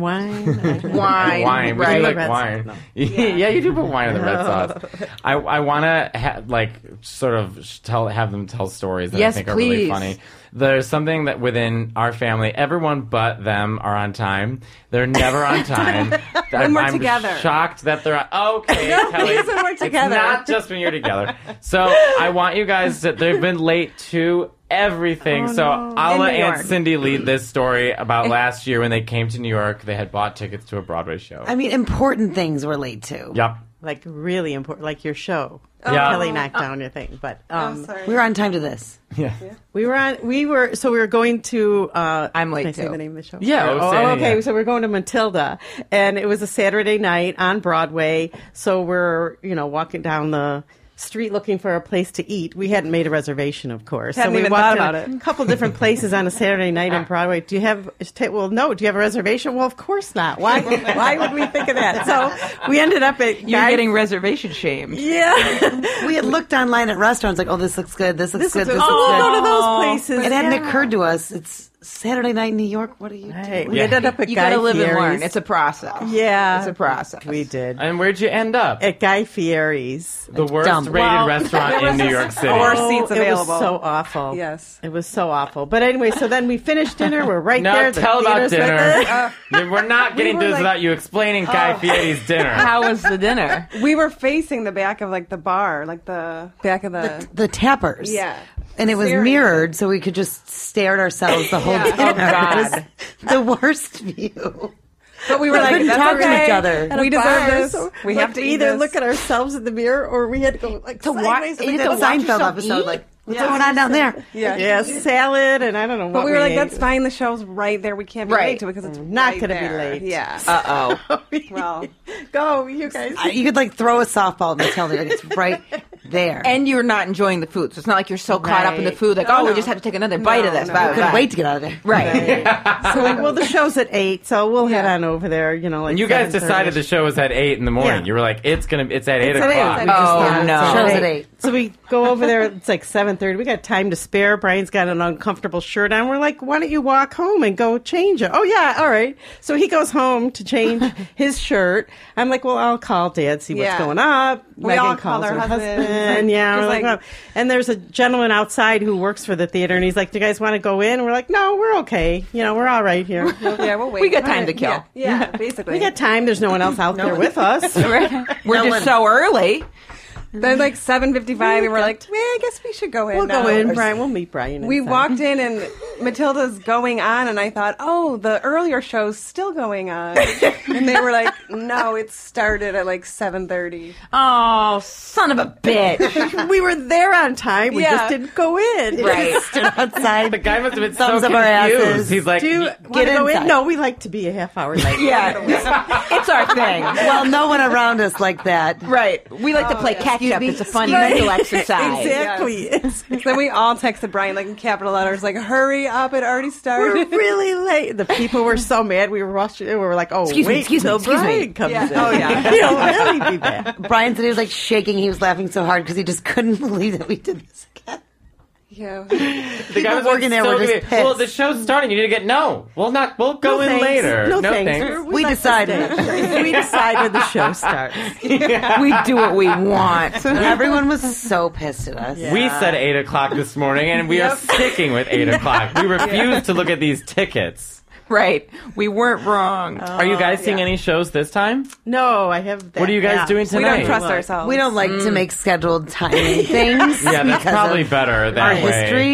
Speaker 1: [laughs]
Speaker 3: wine.
Speaker 2: Wine,
Speaker 1: wine. We
Speaker 2: right?
Speaker 1: do like
Speaker 3: Red sauce,
Speaker 1: wine.
Speaker 3: no.
Speaker 1: [laughs] Yeah. you do put wine in the red sauce. I, I want to ha- like sort of sh- tell have them tell stories that
Speaker 2: Yes,
Speaker 1: I think are really
Speaker 2: please.
Speaker 1: funny. There's something that within our family, everyone but them are on time. They're never on time. when
Speaker 5: we're
Speaker 1: I'm
Speaker 5: together.
Speaker 1: Shocked that they're okay. Kelly,
Speaker 5: please, when we're
Speaker 1: It's
Speaker 5: together.
Speaker 1: not just when you're together. So I want you guys to. They've been late to everything. so I'll
Speaker 5: In
Speaker 1: let
Speaker 5: New
Speaker 1: Aunt
Speaker 5: York.
Speaker 1: Cindy lead this story about last year when they came to New York. They had bought tickets to a Broadway show.
Speaker 4: I mean, important things relate to.
Speaker 1: Yep.
Speaker 3: like really important, like your show.
Speaker 2: Oh.
Speaker 1: Yeah.
Speaker 3: Kelly knocked down your thing, but um,
Speaker 5: I'm sorry.
Speaker 4: We were on time to this.
Speaker 1: Yeah.
Speaker 3: we were on. We were so we were going to. Uh,
Speaker 2: I'm late
Speaker 3: Can I say
Speaker 2: too.
Speaker 3: the name of the show?
Speaker 1: Yeah, I was
Speaker 3: Oh,
Speaker 1: saying,
Speaker 3: okay.
Speaker 1: yeah.
Speaker 3: So we're going to Matilda, and it was a Saturday night on Broadway. So we're you know walking down the street looking for a place to eat. We hadn't made a reservation, of course.
Speaker 5: Hadn't
Speaker 3: so we
Speaker 5: even
Speaker 3: walked
Speaker 5: thought
Speaker 3: in
Speaker 5: about
Speaker 3: a
Speaker 5: it.
Speaker 3: couple different places on a Saturday
Speaker 2: [laughs]
Speaker 3: night on Broadway. Do you have? Well, no. Do you have a reservation? Well, of course not. Why? why would we think of that? So we ended up at
Speaker 2: You're
Speaker 3: Guy-
Speaker 2: getting reservation shamed.
Speaker 3: yeah.
Speaker 2: [laughs]
Speaker 4: We had looked online at restaurants, like, oh, this looks good. This looks good.
Speaker 3: looks
Speaker 4: This
Speaker 3: good.
Speaker 4: looks
Speaker 3: Oh,
Speaker 4: good.
Speaker 3: we'll go to those places.
Speaker 4: It hadn't
Speaker 3: Yeah.
Speaker 4: occurred to us. It's Saturday night in New York. What are you
Speaker 3: Hey,
Speaker 4: doing?
Speaker 3: we
Speaker 1: Yeah.
Speaker 3: ended up at
Speaker 2: You
Speaker 3: Guy
Speaker 2: gotta live
Speaker 3: Fieri's.
Speaker 2: and learn. It's a process.
Speaker 3: yeah,
Speaker 2: it's a process.
Speaker 3: We did
Speaker 1: And where'd you end up?
Speaker 3: at Guy Fieri's.
Speaker 1: the worst
Speaker 4: dumb.
Speaker 1: rated
Speaker 4: Well,
Speaker 1: restaurant in New York City.
Speaker 5: Or
Speaker 3: Oh,
Speaker 5: seats
Speaker 3: It
Speaker 5: available.
Speaker 3: was so awful.
Speaker 5: Yes.
Speaker 3: it was so awful. But anyway, so then we finished dinner. We're right
Speaker 1: Now
Speaker 3: there. The
Speaker 1: tell about
Speaker 3: theater's right
Speaker 1: dinner. [laughs]
Speaker 3: there.
Speaker 1: We're not getting
Speaker 5: were
Speaker 1: to this
Speaker 5: like-
Speaker 1: without you explaining Guy Fieri's dinner.
Speaker 2: How was the dinner?
Speaker 5: we were facing the back of like the bar, like the back of the.
Speaker 4: The tappers.
Speaker 5: Yeah.
Speaker 4: And it was
Speaker 5: Seriously.
Speaker 4: mirrored, so we could just stare at ourselves the whole
Speaker 5: Yeah. Oh,
Speaker 4: dinner.
Speaker 5: God.
Speaker 4: It was the worst view.
Speaker 5: but we were
Speaker 4: We
Speaker 5: like,
Speaker 4: couldn't
Speaker 5: "That's
Speaker 4: talk to
Speaker 5: okay.
Speaker 4: each other.
Speaker 5: We
Speaker 3: At a
Speaker 5: deserve
Speaker 3: bar,
Speaker 5: this.
Speaker 3: so,
Speaker 5: we
Speaker 3: like,
Speaker 5: have to
Speaker 3: either
Speaker 5: this.
Speaker 3: look at ourselves in the mirror, or we had to go like
Speaker 2: To wa-
Speaker 3: sideways
Speaker 2: you
Speaker 3: and
Speaker 2: had to watch
Speaker 4: The Seinfeld
Speaker 2: yourself
Speaker 4: episode,
Speaker 2: eat?
Speaker 4: like, what's going on down there?
Speaker 5: Yeah.
Speaker 3: yeah, salad, and I don't know.
Speaker 5: But
Speaker 3: what
Speaker 5: we were like,
Speaker 3: ate. Mm,
Speaker 5: that's fine. The show's right there. We can't be
Speaker 2: Right.
Speaker 5: late to it because it's
Speaker 3: not
Speaker 5: right
Speaker 3: gonna be
Speaker 5: there.
Speaker 3: late.
Speaker 5: Yeah.
Speaker 2: Uh oh.
Speaker 5: [laughs] well,
Speaker 3: Go, you guys.
Speaker 4: I- You could like throw a softball at Matilda.
Speaker 2: [laughs]
Speaker 4: Like, it's right there.
Speaker 2: [laughs] And you're not enjoying the food, so it's not like you're so caught up in the
Speaker 3: Right.
Speaker 2: food, like, oh, we just had to take another bite of this.
Speaker 5: no.
Speaker 2: blah,
Speaker 5: You
Speaker 2: blah,
Speaker 4: couldn't
Speaker 2: blah.
Speaker 4: wait to get out of there.
Speaker 2: Right.
Speaker 3: so like, well, the show's at eight, so we'll head
Speaker 5: Yeah.
Speaker 3: on over there. You know, like
Speaker 1: And you guys
Speaker 3: 7:30.
Speaker 1: decided the show was at eight in the morning.
Speaker 3: Yeah.
Speaker 1: You were like, it's gonna, it's at eight
Speaker 3: It's at
Speaker 1: o'clock.
Speaker 3: eight.
Speaker 5: Oh,
Speaker 3: thought it
Speaker 2: no.
Speaker 3: was
Speaker 4: Shows at eight.
Speaker 3: So we go over there. It's like seven thirty. We got time to spare. Brian's got an uncomfortable shirt on. We're like, why don't you walk home and go change it? Oh yeah, all right. So he goes home to
Speaker 5: [laughs]
Speaker 3: change his shirt. I'm like, well, I'll call Dad see what's
Speaker 5: Yeah.
Speaker 3: going up.
Speaker 5: We
Speaker 3: Megan
Speaker 5: all call
Speaker 3: calls
Speaker 5: our
Speaker 3: her
Speaker 5: husbands.
Speaker 3: yeah,
Speaker 5: Just
Speaker 3: we're like,
Speaker 5: like-
Speaker 3: "Oh." and there's a gentleman outside who works for the theater, and he's like, do you guys want to go in? And we're like, no, we're okay. You know, we're all right
Speaker 5: [laughs]
Speaker 3: here.
Speaker 5: yeah, we'll wait.
Speaker 2: We got time to kill.
Speaker 5: Yeah, yeah, basically.
Speaker 3: we got time. There's no one else out there with
Speaker 5: [laughs]
Speaker 3: us.
Speaker 2: We're just so early.
Speaker 3: [laughs]
Speaker 5: Then like seven fifty five, and we're
Speaker 3: got
Speaker 5: like, well, I guess we should go in.
Speaker 3: We'll
Speaker 5: now."
Speaker 3: go in, Brian. We'll meet Brian.
Speaker 5: We
Speaker 3: inside.
Speaker 5: walked in and Matilda's going on, and I thought, oh, the earlier show's still going on, and they were like, no, it started at like seven thirty.
Speaker 2: Oh, son of a bitch.
Speaker 3: [laughs] we were there on time. We
Speaker 5: Yeah.
Speaker 3: just didn't go in.
Speaker 2: right.
Speaker 4: [laughs] Stood outside.
Speaker 1: The guy must have been
Speaker 4: Thumbs
Speaker 1: so
Speaker 4: up our asses.
Speaker 1: confused. He's like,
Speaker 3: Do you
Speaker 1: "Y-
Speaker 3: want to go in?
Speaker 4: inside.
Speaker 3: No, we like to be a half hour
Speaker 5: [laughs]
Speaker 3: late.
Speaker 2: Yeah. [laughs] it's our thing.
Speaker 4: Well, no one around us like that.
Speaker 2: Right. We like to play
Speaker 4: Oh,
Speaker 2: catch up. It's a fun mental
Speaker 4: [laughs]
Speaker 2: exercise.
Speaker 3: exactly.
Speaker 5: then we all texted Brian like in capital letters, like, hurry up, it already
Speaker 3: [laughs] We're
Speaker 5: started.
Speaker 3: really late. The people were so mad. We were watching. We were like, "Oh,
Speaker 4: Excuse me,
Speaker 3: wait
Speaker 4: excuse me,
Speaker 3: till
Speaker 4: excuse me.
Speaker 3: Brian comes
Speaker 5: Yeah.
Speaker 3: in.
Speaker 5: Oh,
Speaker 3: [laughs] he'll
Speaker 5: yeah.
Speaker 3: really be back."
Speaker 4: Brian said he was like shaking. He was laughing so hard because he just couldn't [laughs] believe that we did this again.
Speaker 5: yeah.
Speaker 1: the guy
Speaker 4: people
Speaker 1: was like,
Speaker 4: working there
Speaker 1: so
Speaker 4: were just
Speaker 1: confused. Well,
Speaker 4: pissed.
Speaker 1: the show's starting. You need to get no. We'll not. We'll go
Speaker 3: No
Speaker 1: in
Speaker 3: thanks.
Speaker 1: later.
Speaker 3: No, thanks.
Speaker 4: We decided. [laughs]
Speaker 3: we decide when the
Speaker 1: [laughs]
Speaker 3: show starts.
Speaker 2: We do what
Speaker 5: [laughs]
Speaker 2: we want.
Speaker 4: Everyone was so pissed at us.
Speaker 1: We said eight o'clock this morning, and we are sticking with [laughs] eight o'clock. We refuse to look at these tickets.
Speaker 2: Right. We weren't wrong.
Speaker 1: Are you
Speaker 4: Uh,
Speaker 1: guys seeing any shows this time?
Speaker 3: No, I have. That
Speaker 1: What are you guys
Speaker 3: app.
Speaker 1: doing
Speaker 5: We
Speaker 1: tonight?
Speaker 5: don't trust ourselves.
Speaker 4: We don't like
Speaker 5: Mm.
Speaker 4: to make
Speaker 5: [laughs]
Speaker 4: scheduled timing things.
Speaker 1: Yeah, that's
Speaker 4: because
Speaker 1: probably
Speaker 4: of
Speaker 1: better that
Speaker 4: our
Speaker 1: way.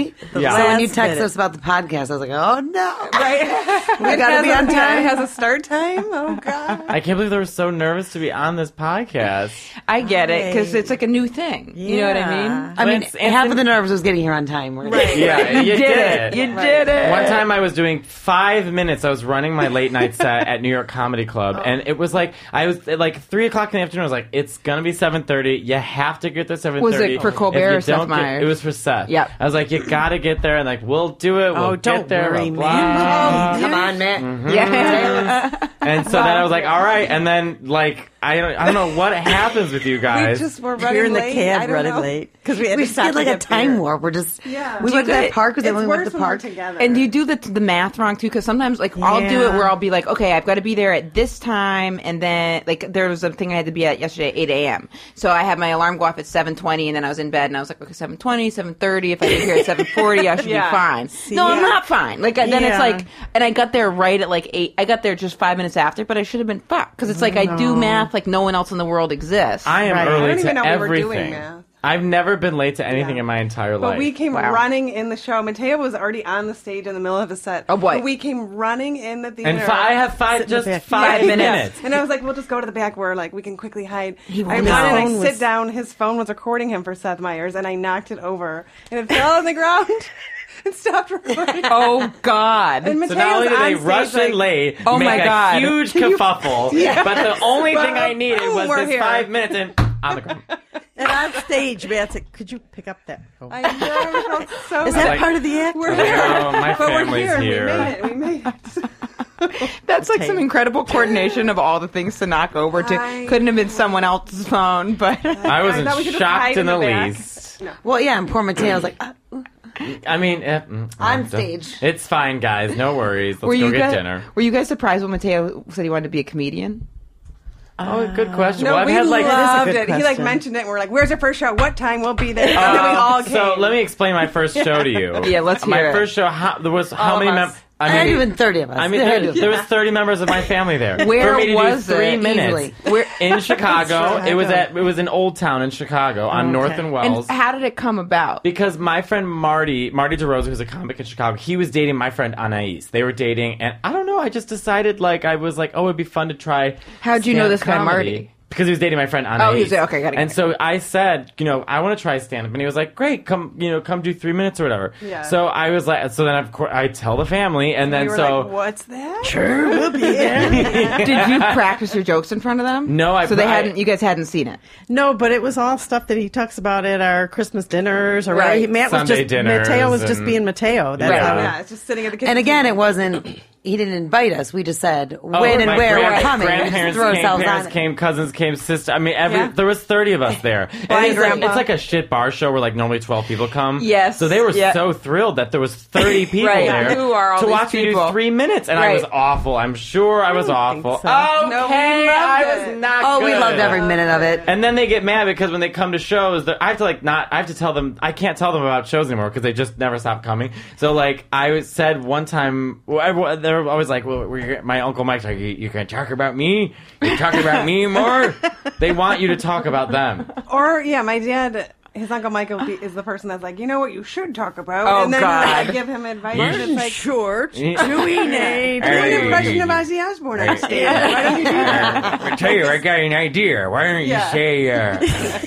Speaker 4: history.
Speaker 1: Yeah.
Speaker 4: So when you
Speaker 3: Last
Speaker 4: text
Speaker 3: minute.
Speaker 4: us about the podcast, I was like, oh no,
Speaker 5: [laughs] Right?
Speaker 4: [laughs] we got to be on
Speaker 5: It
Speaker 4: time.
Speaker 5: has a start time. Oh god.
Speaker 1: I can't believe they were so nervous to be on this podcast.
Speaker 2: I get it because it's like a new thing. You know what I mean?
Speaker 4: I mean,
Speaker 1: Lance,
Speaker 4: half of
Speaker 1: Anthony-
Speaker 4: the nerves was getting here on time. We're- [laughs]
Speaker 1: Yeah, you did it.
Speaker 2: You did it.
Speaker 1: One time I was doing five minutes. I was running my late night set at New York Comedy
Speaker 5: Oh.
Speaker 1: Club, and it was like I was at like three o'clock in the afternoon. I was like, "It's gonna be seven thirty. You have to get there seven thirty.
Speaker 2: for Colbert or Seth Meyers?
Speaker 1: It was for Seth.
Speaker 2: Yep.
Speaker 1: I was like, "You gotta get there," and like, "We'll do it. We'll
Speaker 3: Oh,
Speaker 1: get
Speaker 3: don't
Speaker 1: there."
Speaker 3: worry,
Speaker 1: blah,
Speaker 3: man.
Speaker 5: [laughs]
Speaker 1: blah.
Speaker 4: Uh, Come on, Matt. Mm-hmm.
Speaker 2: Yeah.
Speaker 1: And so then I was like, "All right," and then like I I don't, I don't know what happens with you
Speaker 5: [laughs] We
Speaker 1: guys.
Speaker 5: just were running
Speaker 3: We're in the
Speaker 5: late. I
Speaker 3: cab
Speaker 5: don't
Speaker 3: running
Speaker 5: know.
Speaker 3: late because we had to
Speaker 4: We just
Speaker 3: stop
Speaker 4: did like
Speaker 3: to
Speaker 4: a
Speaker 3: get
Speaker 4: time
Speaker 3: beer.
Speaker 4: warp. We're just
Speaker 5: Yeah.
Speaker 4: we
Speaker 5: Do
Speaker 4: went to
Speaker 2: you
Speaker 4: that
Speaker 2: get-
Speaker 4: park because
Speaker 5: It's
Speaker 4: everyone
Speaker 5: worse
Speaker 4: went to the
Speaker 5: when we're
Speaker 4: park.
Speaker 5: together.
Speaker 2: And do you do the the math wrong too? Because sometimes, like, I'll do it
Speaker 3: Yeah.
Speaker 2: where I'll be like, okay, I've got to be there at this time, and then like there was a thing I had to be at yesterday, eight a.m. So I had my alarm go off at seven twenty, and then I was in bed, and I was like, okay, 720, 730. If I get here at seven forty, [laughs] I should
Speaker 5: Yeah.
Speaker 2: be fine. no, I'm
Speaker 3: yeah.
Speaker 2: not fine. Like then
Speaker 3: Yeah.
Speaker 2: it's like, and I got there right at like eight. I got there just five minutes after, but I should have been fucked because it's like I do math like no one else in the world exists.
Speaker 1: I am
Speaker 3: Right.
Speaker 1: early
Speaker 3: I
Speaker 5: don't even
Speaker 1: to
Speaker 5: know we were
Speaker 1: everything.
Speaker 5: doing math.
Speaker 1: I've never been late to anything
Speaker 5: Yeah.
Speaker 1: in my entire
Speaker 5: But
Speaker 1: life.
Speaker 5: we came
Speaker 2: Wow.
Speaker 5: running in the show. Mateo was already on the stage in the middle of the set.
Speaker 2: Oh, boy.
Speaker 5: But we came running in the theater.
Speaker 1: and fi- I have five,
Speaker 3: Sit in the
Speaker 1: just [laughs]
Speaker 3: back.
Speaker 1: five
Speaker 5: Yeah.
Speaker 1: minutes.
Speaker 5: And I was like, we'll just go to the back where like we can quickly hide.
Speaker 2: He
Speaker 5: I
Speaker 2: won't
Speaker 5: went and I
Speaker 3: know.
Speaker 5: sit down. His phone was recording him for Seth Meyers, and I knocked it over, and it fell on the ground [laughs] and stopped [laughs] recording.
Speaker 2: oh God.
Speaker 5: And
Speaker 1: So not only did
Speaker 5: Mateo's
Speaker 1: they
Speaker 5: on stage,
Speaker 1: rush
Speaker 5: like,
Speaker 1: in late,
Speaker 2: Oh
Speaker 1: make
Speaker 2: my
Speaker 1: a
Speaker 2: God.
Speaker 1: huge
Speaker 5: [laughs]
Speaker 1: kerfuffle, but the only thing I needed
Speaker 5: Boom,
Speaker 1: was
Speaker 5: we're
Speaker 1: this
Speaker 5: here.
Speaker 1: five minutes and on the ground.
Speaker 3: And on stage, Matt's like, could you pick up that? phone?"
Speaker 5: I know. It felt so
Speaker 3: Is that
Speaker 1: Like-
Speaker 3: part of the act?
Speaker 5: We're
Speaker 1: Oh,
Speaker 5: here.
Speaker 1: my
Speaker 5: but we're
Speaker 1: family's
Speaker 5: here.
Speaker 1: here.
Speaker 5: We made it. We made it.
Speaker 2: That's like some
Speaker 3: Okay.
Speaker 2: incredible coordination of all the things to knock over. To
Speaker 5: I-
Speaker 2: couldn't have been someone else's phone, but
Speaker 1: I wasn't
Speaker 5: thought we should just
Speaker 1: shocked
Speaker 5: hide
Speaker 1: in
Speaker 5: in
Speaker 1: the,
Speaker 5: the back.
Speaker 1: least.
Speaker 4: Well, yeah, and poor Mateo's like, uh,
Speaker 1: I mean, eh, mm,
Speaker 4: On
Speaker 1: uh, d-
Speaker 4: stage.
Speaker 1: It's fine, guys. No worries. Let's
Speaker 2: were
Speaker 1: go
Speaker 2: you
Speaker 1: get
Speaker 2: guys,
Speaker 1: dinner.
Speaker 2: Were you guys surprised when Mateo said he wanted to be a comedian?
Speaker 1: Oh,
Speaker 2: Ah.
Speaker 1: good question.
Speaker 5: No,
Speaker 1: well, I've
Speaker 5: we
Speaker 1: had like
Speaker 3: That
Speaker 5: loved
Speaker 3: is a
Speaker 5: it.
Speaker 3: good
Speaker 5: He like
Speaker 3: question.
Speaker 5: mentioned it. And we're like, "Where's your first show? What time? We'll be there." and then we
Speaker 1: Uh,
Speaker 5: all came.
Speaker 1: so let me explain my first show to you.
Speaker 2: [laughs] Yeah, let's
Speaker 1: my
Speaker 2: hear it.
Speaker 1: first show how, there was how
Speaker 4: of
Speaker 1: many
Speaker 4: us.
Speaker 1: members? I
Speaker 4: not
Speaker 1: mean,
Speaker 4: even thirty of us.
Speaker 1: I mean,
Speaker 4: There
Speaker 1: there,
Speaker 4: you go.
Speaker 1: there was thirty members
Speaker 2: [laughs]
Speaker 1: of my family there.
Speaker 2: Where
Speaker 1: For me to
Speaker 2: was
Speaker 1: do three
Speaker 2: it?
Speaker 1: minutes
Speaker 4: Easily.
Speaker 2: Where [laughs]
Speaker 1: in Chicago? it was
Speaker 3: Chicago.
Speaker 1: at it was in Old Town in Chicago on
Speaker 3: Okay.
Speaker 1: North and
Speaker 2: Oh, and
Speaker 1: Wells.
Speaker 2: how did it come about?
Speaker 1: [laughs] Because my friend Marty, Marty DeRosa, who's a comic in Chicago, he was dating my friend Anais. They were dating, and I don't know. I just decided, like, I was like, oh, it'd be fun to try.
Speaker 2: How'd you know
Speaker 1: stand-up
Speaker 2: this guy,
Speaker 1: comedy.
Speaker 2: Marty?
Speaker 1: Because he was dating my friend Anais.
Speaker 2: Oh, he was- okay, got it, got
Speaker 1: And
Speaker 2: it.
Speaker 1: so I said, you know, I want to try stand up, and he was like, great, come, you know, come do three minutes or whatever.
Speaker 5: Yeah.
Speaker 1: So I was like, so then of course I tell the family, and
Speaker 5: we
Speaker 1: then
Speaker 5: were
Speaker 1: so
Speaker 5: like, "What's that?"
Speaker 2: did you practice your jokes in front of them?
Speaker 1: No, I-
Speaker 2: So they
Speaker 1: I-
Speaker 2: hadn't. You guys hadn't seen it.
Speaker 3: No, but it was all stuff that he talks about at our Christmas dinners or
Speaker 2: Right.
Speaker 3: whatever. He- Matt
Speaker 1: Sunday
Speaker 3: was just
Speaker 1: dinners
Speaker 3: Mateo was just
Speaker 1: and-
Speaker 3: being Mateo. That's
Speaker 1: Right.
Speaker 3: how
Speaker 5: Yeah, it's just sitting at the kitchen.
Speaker 4: and again, it
Speaker 5: table.
Speaker 4: wasn't. He didn't invite us. We just said when and
Speaker 1: Oh, my
Speaker 4: where
Speaker 1: grand-
Speaker 4: we're coming. Just
Speaker 1: Grandparents
Speaker 4: throw
Speaker 1: came,
Speaker 4: ourselves
Speaker 1: parents
Speaker 4: on it.
Speaker 1: came, cousins came, sister. I mean, every
Speaker 5: Yeah.
Speaker 1: there was thirty of us there. And it's, like,
Speaker 5: grandpa.
Speaker 1: it's like a shit bar show where like normally twelve people come.
Speaker 2: Yes,
Speaker 1: So they were
Speaker 2: yeah.
Speaker 1: so thrilled that there was thirty people
Speaker 2: Right.
Speaker 1: there
Speaker 2: Who are all
Speaker 1: to
Speaker 2: these
Speaker 1: watch me do
Speaker 2: people?
Speaker 1: three minutes, and I was
Speaker 2: Right.
Speaker 1: awful. I'm sure I was
Speaker 3: don't think
Speaker 1: awful.
Speaker 3: so.
Speaker 1: Okay,
Speaker 5: No, we
Speaker 1: I
Speaker 5: loved
Speaker 1: was
Speaker 5: it.
Speaker 1: not.
Speaker 4: Oh, we
Speaker 1: good.
Speaker 4: loved every minute of it.
Speaker 1: And then they get mad because when they come to shows, they're- I have to like not. I have to tell them I can't tell them about shows anymore because they just never stop coming. So like I was- said one time, well, everyone, they're always like, "Well, we're, my uncle Mike's like, you, you can't talk about me. You talk about me more. [laughs] They want you to talk about [laughs] them.
Speaker 5: Or yeah, my dad, his uncle Michael be, is the person that's like, you know what, you should talk about,
Speaker 2: Oh,
Speaker 5: and then
Speaker 2: God.
Speaker 5: I give him advice.
Speaker 1: You
Speaker 5: and it's like,
Speaker 3: George,
Speaker 5: do an
Speaker 1: Hey.
Speaker 5: impression of Ozzy Osbourne on stage.
Speaker 1: Hey.
Speaker 5: Why don't you do that?
Speaker 1: I tell you, I got an idea. Why don't
Speaker 5: Yeah.
Speaker 1: you say uh,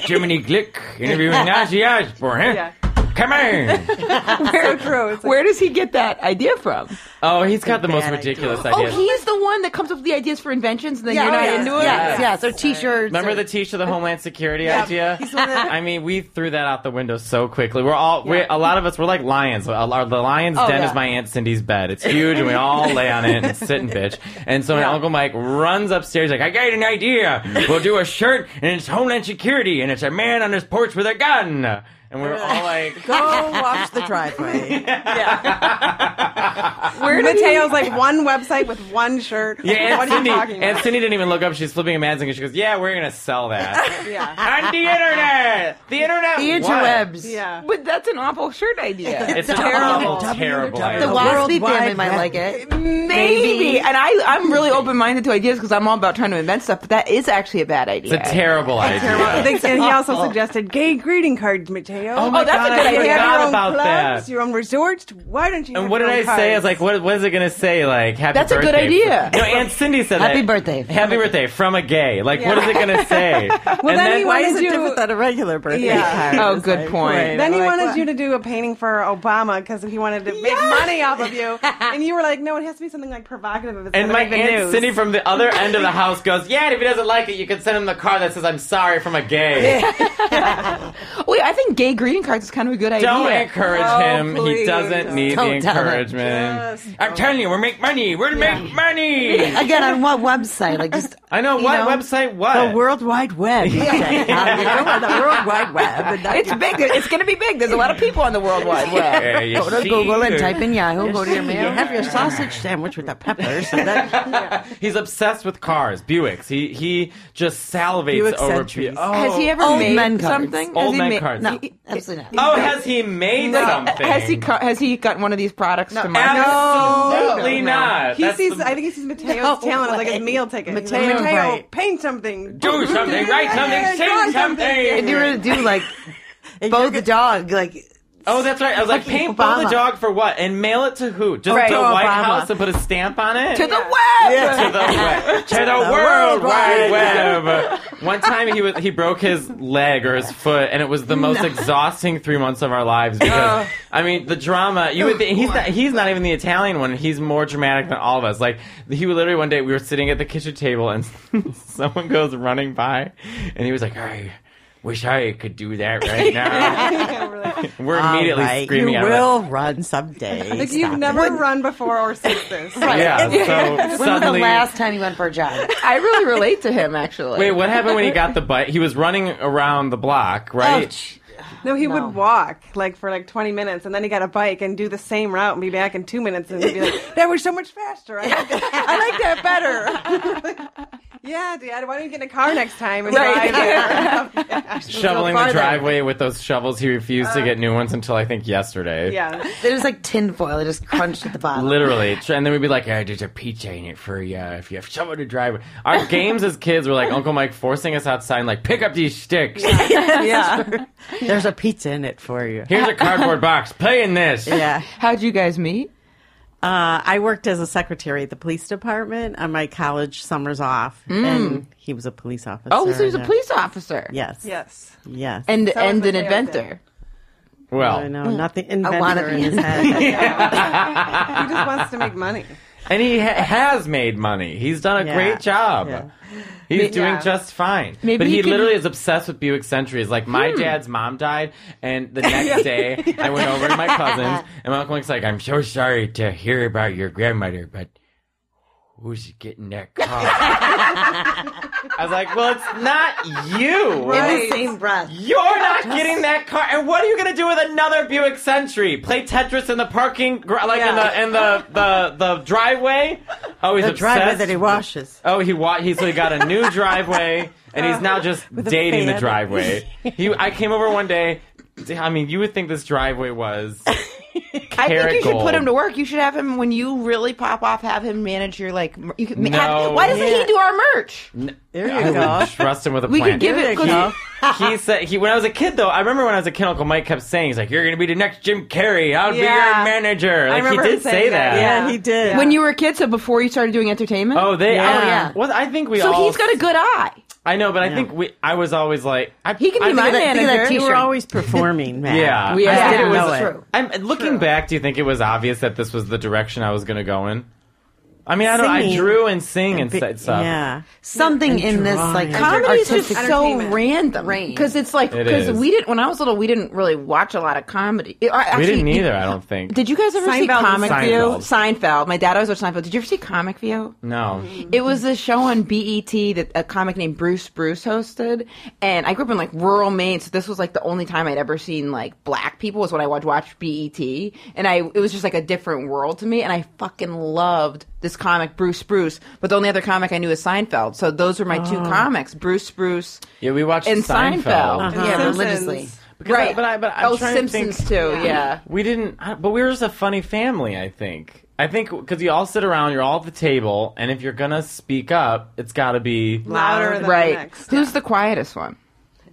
Speaker 1: Jiminy Glick interviewing Ozzy Osbourne? Huh?
Speaker 5: Yeah.
Speaker 1: Come on.
Speaker 5: so true. It's like,
Speaker 2: Where does he get that idea from?
Speaker 1: Oh, he's got the most
Speaker 3: bad idea.
Speaker 1: ridiculous
Speaker 2: Oh,
Speaker 1: ideas.
Speaker 2: he's the one that comes up with the ideas for inventions, and then
Speaker 5: Yeah,
Speaker 2: you're
Speaker 5: oh,
Speaker 2: not
Speaker 5: yeah.
Speaker 2: into it.
Speaker 4: Yes,
Speaker 5: Yeah.
Speaker 4: yes, or T-shirts.
Speaker 1: Remember
Speaker 4: or-
Speaker 1: the Tisha the Homeland Security idea?
Speaker 5: [laughs] He's one of the-
Speaker 1: I mean, we threw that out the window so quickly. We're all, we a lot of us, we're like lions. Our- our- the lion's
Speaker 5: Oh,
Speaker 1: den
Speaker 2: yeah.
Speaker 1: is my Aunt Cindy's bed. It's huge, and we all lay on it and sit and bitch. And so my Uncle Mike runs upstairs, like, I got an idea. We'll do a shirt, and it's Homeland Security, and it's a man on his porch with a gun. And we we're all
Speaker 5: [laughs]
Speaker 1: like,
Speaker 3: go watch the driveway.
Speaker 5: Where Mateo's like one website with one shirt.
Speaker 1: yeah, Aunt
Speaker 5: what are
Speaker 1: Cindy,
Speaker 5: you talking
Speaker 1: Aunt
Speaker 5: about?
Speaker 1: Cindy didn't even look up. She's flipping a man's and she goes, Yeah, we're going to sell that.
Speaker 5: [laughs] yeah,
Speaker 1: on the internet! The internet!
Speaker 4: the
Speaker 1: what?
Speaker 4: interwebs.
Speaker 5: yeah.
Speaker 2: But that's an awful shirt idea.
Speaker 5: [laughs]
Speaker 1: It's a terrible, terrible idea.
Speaker 4: The Waspy family might like it.
Speaker 2: Maybe. And I, I'm really open minded to ideas because I'm all about trying to invent stuff, but that is actually a bad idea.
Speaker 1: It's a terrible idea.
Speaker 5: I think- and he also suggested gay greeting cards, Mateo.
Speaker 1: Oh my
Speaker 2: Oh, that's
Speaker 1: god,
Speaker 2: a good
Speaker 1: I
Speaker 2: idea.
Speaker 5: have
Speaker 1: forgot
Speaker 5: your own
Speaker 1: about
Speaker 5: clubs,
Speaker 1: that.
Speaker 5: your own resorts. Why don't you?
Speaker 1: And
Speaker 5: have
Speaker 1: what did
Speaker 5: your
Speaker 1: I
Speaker 5: own
Speaker 1: say? I was
Speaker 5: cards?
Speaker 1: like, what, what is it going to say? Like, happy
Speaker 2: That's a good
Speaker 1: birthday.
Speaker 2: idea.
Speaker 1: No, Aunt Cindy said
Speaker 4: Happy
Speaker 1: that.
Speaker 4: birthday.
Speaker 1: Happy birthday from a gay. Like, what is it going to say?
Speaker 5: Well, then he
Speaker 3: Why
Speaker 5: wanted
Speaker 3: is it
Speaker 5: you-
Speaker 3: different than a regular birthday
Speaker 5: Yeah.
Speaker 3: card?
Speaker 2: Oh,
Speaker 3: It's
Speaker 2: good point.
Speaker 3: wait,
Speaker 5: Then he
Speaker 3: like,
Speaker 5: wanted
Speaker 3: what?
Speaker 5: you to do a painting for Obama because he wanted to make money off of you, and you were like, "No, it has to be something like provocative." If it's
Speaker 1: and
Speaker 5: gonna
Speaker 1: my
Speaker 5: make the
Speaker 1: Aunt
Speaker 5: news.
Speaker 1: Cindy from the other end of the house goes, yeah, and if he doesn't like it, you can send him the card that says, I'm sorry from a gay.
Speaker 2: Wait, I think gay greeting cards is kind of a good
Speaker 1: Don't
Speaker 2: idea.
Speaker 1: encourage
Speaker 5: Oh,
Speaker 1: him. he
Speaker 5: please
Speaker 1: doesn't
Speaker 5: don't.
Speaker 1: need
Speaker 4: Don't
Speaker 1: the
Speaker 4: tell him.
Speaker 1: encouragement.
Speaker 5: Just
Speaker 4: [laughs]
Speaker 1: I'm telling you, we're make money. We're make money.
Speaker 4: Again, on what website? Like just
Speaker 1: I know
Speaker 3: you
Speaker 1: what website what
Speaker 3: The World Wide Web. You said, how you doing? The World Wide Web.
Speaker 2: [laughs]
Speaker 3: And that-
Speaker 2: It's big. It's going to be big. There's a lot of people on the World Wide Web.
Speaker 1: Yeah, you
Speaker 4: Go to
Speaker 1: see?
Speaker 4: Google
Speaker 1: [laughs]
Speaker 4: and type in Yahoo. Go to your
Speaker 3: you
Speaker 4: mail.
Speaker 3: have your sausage sandwich with the peppers.
Speaker 1: [laughs]
Speaker 3: And that,
Speaker 1: He's obsessed with cars, Buicks. He he just salivates
Speaker 3: Buick
Speaker 1: over.
Speaker 3: centuries.
Speaker 1: oh,
Speaker 2: Has he ever
Speaker 4: Old
Speaker 2: made
Speaker 4: men cards.
Speaker 2: something?
Speaker 1: Old
Speaker 2: has he
Speaker 1: men
Speaker 2: made,
Speaker 1: cards.
Speaker 4: No, absolutely not.
Speaker 1: Oh, has he made
Speaker 2: Like,
Speaker 1: something?
Speaker 2: has he co- has he gotten one of these products to market?
Speaker 1: Absolutely not.
Speaker 5: He
Speaker 1: That's
Speaker 5: sees.
Speaker 1: the-
Speaker 5: I think he sees Mateo's
Speaker 3: No
Speaker 5: talent as like
Speaker 3: way.
Speaker 5: his meal ticket. He's
Speaker 3: Mateo,
Speaker 5: like, Mateo
Speaker 3: right.
Speaker 5: paint
Speaker 1: [laughs]
Speaker 5: something.
Speaker 1: do something, write something, say
Speaker 4: If
Speaker 1: something.
Speaker 4: you were to do like
Speaker 3: and you're
Speaker 4: both the dog, like
Speaker 1: Oh, that's right. I was like,
Speaker 3: Fucking
Speaker 1: paint Bo the
Speaker 3: Obama.
Speaker 1: dog for what? And mail it to who? Just
Speaker 3: Right.
Speaker 1: to the
Speaker 3: To
Speaker 1: White
Speaker 3: Obama.
Speaker 1: House and put a stamp on it?
Speaker 2: To the
Speaker 1: [laughs]
Speaker 2: web.
Speaker 1: to the, web. to the world
Speaker 3: World
Speaker 1: wide
Speaker 3: Wide
Speaker 1: web. One time he was he broke his leg or his foot, and it was the most exhausting three months of our lives. Because I mean, the drama you would think he's not he's not even the Italian one. He's more dramatic than all of us. Like he would literally one day we were sitting at the kitchen table, and [laughs] someone goes running by, and he was like, "I Wish I could do that right now. We're
Speaker 3: All
Speaker 1: immediately
Speaker 3: right,
Speaker 1: screaming
Speaker 3: You
Speaker 1: at him.
Speaker 3: will run someday.
Speaker 5: Like
Speaker 3: Stop
Speaker 5: you've
Speaker 3: it.
Speaker 5: never run before or since this. right.
Speaker 1: Yeah, so
Speaker 4: when was the
Speaker 1: suddenly,
Speaker 4: last time you went for a jog?
Speaker 2: I really relate to him actually.
Speaker 1: Wait, what happened when he got the bike? He was running around the block, right?
Speaker 4: Ouch.
Speaker 5: No, he would walk like for like 20 minutes, and then he got a bike and do the same route and be back in two minutes, and he'd be like, "That was so much faster. I like that, I like that better." [laughs] yeah, Dad. Why don't you get in a car next time and
Speaker 2: Right.
Speaker 5: drive there?
Speaker 1: Shoveling the
Speaker 4: go farther.
Speaker 1: driveway with those shovels. He refused
Speaker 3: Uh.
Speaker 1: to get new ones until I think yesterday.
Speaker 5: yeah.
Speaker 4: It was like tinfoil. It just crunched at the bottom.
Speaker 1: Literally, Tr- and then we'd be like, "Yeah, "There's a pizza in it for you if you have someone to drive."
Speaker 3: [laughs]
Speaker 1: Our games as kids were like Uncle Mike forcing us outside and like, "Pick up these sticks.
Speaker 3: yeah. There's a pizza in it for you.
Speaker 1: Here's a cardboard box. Play in this."
Speaker 3: Yeah.
Speaker 2: How'd you guys meet?
Speaker 3: [laughs] Uh, I worked as a secretary at the police department on my college summers off, and he was a police officer.
Speaker 2: Oh, so he was a
Speaker 3: and-
Speaker 2: police officer.
Speaker 3: Yes.
Speaker 5: Yes.
Speaker 3: Yes.
Speaker 2: And
Speaker 5: So
Speaker 2: and
Speaker 5: was
Speaker 2: an
Speaker 5: Mateo,
Speaker 2: inventor.
Speaker 3: I
Speaker 1: Well,
Speaker 3: know nothing inventor
Speaker 4: wanna
Speaker 3: in
Speaker 4: be
Speaker 3: his
Speaker 4: [laughs]
Speaker 3: head.
Speaker 5: He just wants to make money.
Speaker 1: and he ha- has made money. He's done a
Speaker 3: Yeah.
Speaker 1: great job.
Speaker 3: Yeah.
Speaker 1: He's doing
Speaker 5: Yeah.
Speaker 1: just fine.
Speaker 2: Maybe
Speaker 1: but
Speaker 2: he
Speaker 1: he,
Speaker 2: could-
Speaker 1: literally is obsessed with Buick Centuries. Like my dad's mom died, and the next day I went over to my cousin's, and my uncle Mike's like, "I'm so sorry to hear about your grandmother, but who's getting that car?" I was like, "Well, it's not you."
Speaker 5: Right.
Speaker 4: In the same breath.
Speaker 1: You're not getting that car. And what are you gonna do with another Buick Century? Play Tetris in the parking, gr- like in the in the the, the driveway? Oh, he's
Speaker 3: The driver
Speaker 1: obsessed.
Speaker 3: that he washes.
Speaker 1: Oh, he wa- he's so he got a new driveway, and he's now just dating the
Speaker 3: fan.
Speaker 1: driveway. He, I came over one day. I mean, you would think this driveway was.
Speaker 2: I think
Speaker 1: Carrot
Speaker 2: you should
Speaker 1: gold.
Speaker 2: put him to work. You should have him when you really pop off. Have him manage your like. mer- You could,
Speaker 1: No.
Speaker 2: have- why doesn't he do our merch?
Speaker 3: There
Speaker 1: I
Speaker 3: you
Speaker 1: would
Speaker 3: go.
Speaker 1: trust him with a
Speaker 2: We
Speaker 1: plan.
Speaker 2: could give
Speaker 3: There
Speaker 2: it.
Speaker 3: you go.
Speaker 1: [laughs] he said he when I was a kid though. I remember when I was a kid, Uncle Mike kept saying he's like, "You're going to be the next Jim Carrey. I'll
Speaker 5: Yeah.
Speaker 1: be your manager." Like he
Speaker 5: remember
Speaker 1: did
Speaker 5: him saying
Speaker 1: say that.
Speaker 5: that,
Speaker 3: Yeah, he did.
Speaker 2: When you were a kid, so before you started doing entertainment.
Speaker 1: Oh, they.
Speaker 3: Yeah.
Speaker 1: I,
Speaker 3: Oh,
Speaker 4: yeah.
Speaker 1: Well, I think we
Speaker 2: so
Speaker 1: all.
Speaker 2: he's got a good eye.
Speaker 1: I know, but I think we. I was always like, I,
Speaker 2: He can
Speaker 1: I
Speaker 2: be my
Speaker 1: think that-
Speaker 4: I think
Speaker 2: manager.
Speaker 4: that
Speaker 3: You were
Speaker 4: T-shirt.
Speaker 3: always performing, man.
Speaker 1: Yeah,
Speaker 2: Yeah.
Speaker 1: I think
Speaker 2: Yeah.
Speaker 1: it
Speaker 3: Know
Speaker 1: was
Speaker 3: it.
Speaker 4: True.
Speaker 1: I'm looking back. Do you think it was obvious that this was the direction I was going to go in? I mean, I don't. I
Speaker 3: Singing.
Speaker 1: drew and sing and
Speaker 3: Be-
Speaker 1: said stuff.
Speaker 3: Yeah.
Speaker 4: Something in this like
Speaker 2: Comedy is just
Speaker 4: artistic-
Speaker 2: so
Speaker 5: Entertainment.
Speaker 2: random
Speaker 4: Range.
Speaker 2: because it's like
Speaker 1: It
Speaker 2: because
Speaker 1: is.
Speaker 2: we didn't when I was little we didn't really watch a lot of comedy. I- I
Speaker 1: we
Speaker 2: actually-
Speaker 1: didn't
Speaker 2: you-
Speaker 1: either. I don't think.
Speaker 2: Did you guys ever see
Speaker 5: Seinfeld.
Speaker 2: Comic View?
Speaker 1: Seinfeld.
Speaker 2: Seinfeld. My dad always watched Seinfeld. Did you ever see Comic View?
Speaker 1: no.
Speaker 2: It was a show on BET that a comic named Bruce Bruce hosted, and I grew up in like rural Maine, so this was like the only time I'd ever seen like black people was when I would watch BET, E and I it was just like a different world to me, and I fucking loved this comic Bruce Bruce, but the only other comic I knew is Seinfeld, so those were my
Speaker 1: Oh.
Speaker 2: two comics, Bruce Bruce.
Speaker 1: Yeah, we watched
Speaker 2: and
Speaker 1: Seinfeld.
Speaker 2: Seinfeld.
Speaker 1: Uh-huh.
Speaker 4: yeah,
Speaker 5: Simpsons.
Speaker 4: religiously.
Speaker 1: Because I-
Speaker 2: Right,
Speaker 1: but I. But I'm
Speaker 2: oh,
Speaker 1: trying
Speaker 2: Simpsons
Speaker 1: to think,
Speaker 2: too, yeah.
Speaker 1: We didn't, I- but we were just a funny family. I think. I think because you all sit around, you're all at the table, and if you're gonna speak up, it's got to be.
Speaker 5: Louder than
Speaker 2: Right.
Speaker 5: the next.
Speaker 2: Who's the quietest one?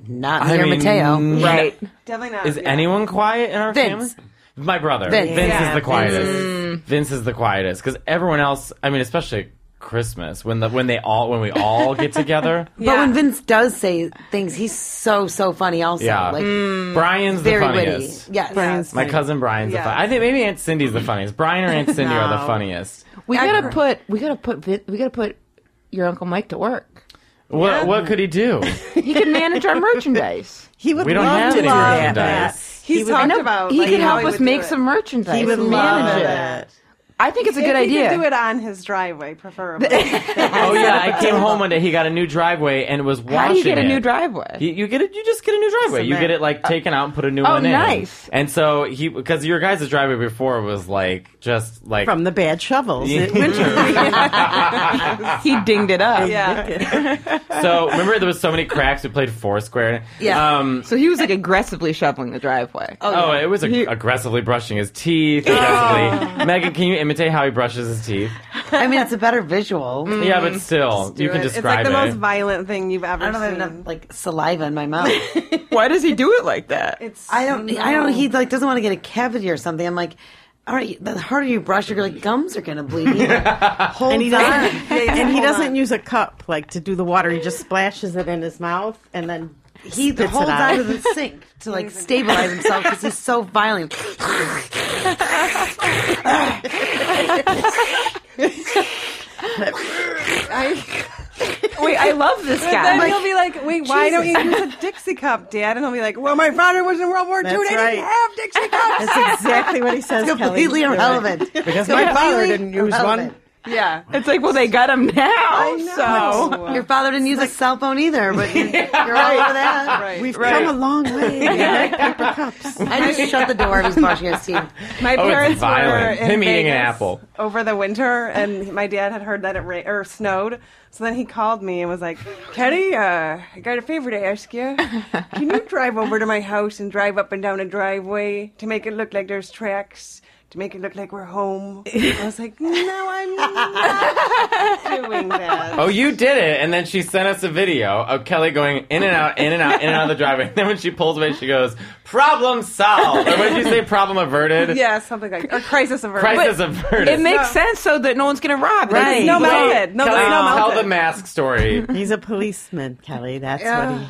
Speaker 4: Not
Speaker 1: I
Speaker 4: near
Speaker 1: mean,
Speaker 4: Mateo.
Speaker 2: Right.
Speaker 5: Definitely not.
Speaker 1: Is
Speaker 5: yeah.
Speaker 1: anyone quiet in our
Speaker 4: Vince.
Speaker 1: family? My brother. Vince,
Speaker 4: Vince.
Speaker 5: Yeah,
Speaker 4: Mm.
Speaker 1: is the
Speaker 5: Vince
Speaker 1: quietest. Vince is the quietest because everyone else. I mean, especially Christmas when the when they all when we all get together.
Speaker 4: But
Speaker 5: Yeah.
Speaker 4: when Vince does say things, he's so so funny. Also,
Speaker 1: Yeah,
Speaker 3: Mm-hmm.
Speaker 4: like
Speaker 1: Brian's the
Speaker 4: very witty.
Speaker 1: funniest.
Speaker 4: Yes,
Speaker 3: Brian's
Speaker 1: My
Speaker 3: funny.
Speaker 1: cousin Brian's the
Speaker 5: Yeah.
Speaker 1: funniest. I think maybe Aunt Cindy's the funniest. Brian or Aunt Cindy are the
Speaker 3: No.
Speaker 1: funniest.
Speaker 2: We gotta put we gotta put Vin- we gotta put your uncle Mike to work.
Speaker 1: What what could he do?
Speaker 2: He can manage our merchandise.
Speaker 3: He would
Speaker 1: We don't
Speaker 3: love
Speaker 1: have
Speaker 3: to
Speaker 1: any
Speaker 3: do that.
Speaker 1: merchandise.
Speaker 5: He's
Speaker 3: He was-
Speaker 5: [laughs] talked about.
Speaker 2: he
Speaker 5: like,
Speaker 2: could
Speaker 5: how
Speaker 2: help
Speaker 5: he
Speaker 2: us
Speaker 5: would do
Speaker 2: make
Speaker 5: it.
Speaker 2: some merchandise.
Speaker 3: He would
Speaker 2: and
Speaker 3: love
Speaker 2: manage it.
Speaker 3: it.
Speaker 2: I think it's a
Speaker 5: If
Speaker 2: good
Speaker 5: he could
Speaker 2: idea.
Speaker 5: do it on his driveway, [laughs] preferably. uh,
Speaker 1: Oh yeah, I came home one day. He got a new driveway and was washing.
Speaker 2: How do you get a
Speaker 1: it.
Speaker 2: new driveway?
Speaker 1: He- you get it. You just get a new driveway. You
Speaker 3: Cement.
Speaker 1: get it like taken out and put a new
Speaker 2: Oh,
Speaker 1: one in.
Speaker 2: nice.
Speaker 1: And so he, because your guys' driveway before was like just like
Speaker 3: from the bad shovels.
Speaker 1: Yeah. [laughs]
Speaker 3: It- winter.
Speaker 2: [laughs] he dinged it up.
Speaker 5: yeah.
Speaker 1: so remember there was so many cracks. We played foursquare.
Speaker 4: Yeah.
Speaker 1: Um,
Speaker 2: So he was like aggressively shoveling the driveway.
Speaker 1: oh, it was ag-
Speaker 2: He-
Speaker 1: aggressively brushing his teeth. Aggressively. [laughs] Megan, can you imitate how he brushes his teeth?
Speaker 4: I mean, it's a better
Speaker 3: [laughs]
Speaker 4: visual.
Speaker 3: Mm-hmm.
Speaker 1: Yeah, but still, you can
Speaker 5: it's
Speaker 1: describe
Speaker 5: like the
Speaker 1: it.
Speaker 5: most violent thing you've ever
Speaker 4: I don't have
Speaker 5: seen.
Speaker 4: enough like saliva in
Speaker 3: [laughs]
Speaker 4: my mouth.
Speaker 2: Why does he do it like that?
Speaker 5: It's
Speaker 4: I don't. I don't. He like doesn't want to get a cavity or something. I'm like, all right. The harder you brush, your like gums are
Speaker 3: [laughs]
Speaker 4: gonna bleed. He's like, Hold
Speaker 3: And he
Speaker 4: on.
Speaker 3: doesn't, and he
Speaker 5: hold
Speaker 3: doesn't
Speaker 5: on.
Speaker 3: use a cup like to do the water. He just splashes it in his mouth and then
Speaker 4: He
Speaker 3: spits it
Speaker 4: holds
Speaker 3: out.
Speaker 4: onto the sink
Speaker 3: [laughs]
Speaker 4: to like stabilize himself because he's so violent.
Speaker 2: Wait, I love
Speaker 5: [laughs]
Speaker 2: this
Speaker 5: But then
Speaker 2: guy.
Speaker 5: he'll be like, "Wait, why don't you use a Dixie cup, Dad?" And he'll be like, "Well, my father was in World War II.
Speaker 3: That's
Speaker 5: They
Speaker 3: right.
Speaker 5: didn't have Dixie cups."
Speaker 3: That's exactly
Speaker 4: [laughs]
Speaker 3: what he says.
Speaker 4: Completely
Speaker 3: Kelly.
Speaker 4: irrelevant.
Speaker 3: Because my father
Speaker 4: Completely
Speaker 3: didn't use
Speaker 4: irrelevant.
Speaker 3: one.
Speaker 5: [laughs] yeah.
Speaker 2: it's like, well, they got him now.
Speaker 3: Oh.
Speaker 2: So
Speaker 5: know.
Speaker 4: Your father didn't use a cell phone either, but you're,
Speaker 2: [laughs]
Speaker 4: you're all over that.
Speaker 5: Right.
Speaker 3: We've
Speaker 2: Right.
Speaker 3: come a long
Speaker 2: [laughs]
Speaker 3: way. Paper cups.
Speaker 4: I just shut the door if he's brushing his teeth.
Speaker 5: My
Speaker 1: Oh, it's
Speaker 5: parents
Speaker 1: violent.
Speaker 5: were in
Speaker 1: Him eating an
Speaker 5: Vegas
Speaker 1: apple.
Speaker 5: over the winter, and my dad had heard that it ra- or snowed. So then he called me and was like, "Kenny, uh, I got a favor to ask you. Can you drive over to my house and drive up and down a driveway to make it look like there's tracks?" To make it look like we're home, I was like, "No, I'm
Speaker 1: [laughs]
Speaker 5: not doing that."
Speaker 1: Oh, you did it. And then she sent us a video of Kelly going in and out, in and out, in and out of the driveway. [laughs] And then when she pulls away, she goes, problem solved. Or what did you say? Problem averted?
Speaker 5: Yeah, something like or crisis averted.
Speaker 1: Crisis averted.
Speaker 2: it makes sense so that no one's going to rob. Like,
Speaker 3: Right.
Speaker 5: No
Speaker 3: Wait,
Speaker 5: melted. No,
Speaker 1: Kelly,
Speaker 5: there's no
Speaker 1: tell
Speaker 5: melted.
Speaker 1: the mask [laughs] story.
Speaker 3: He's a policeman, Kelly. That's what he.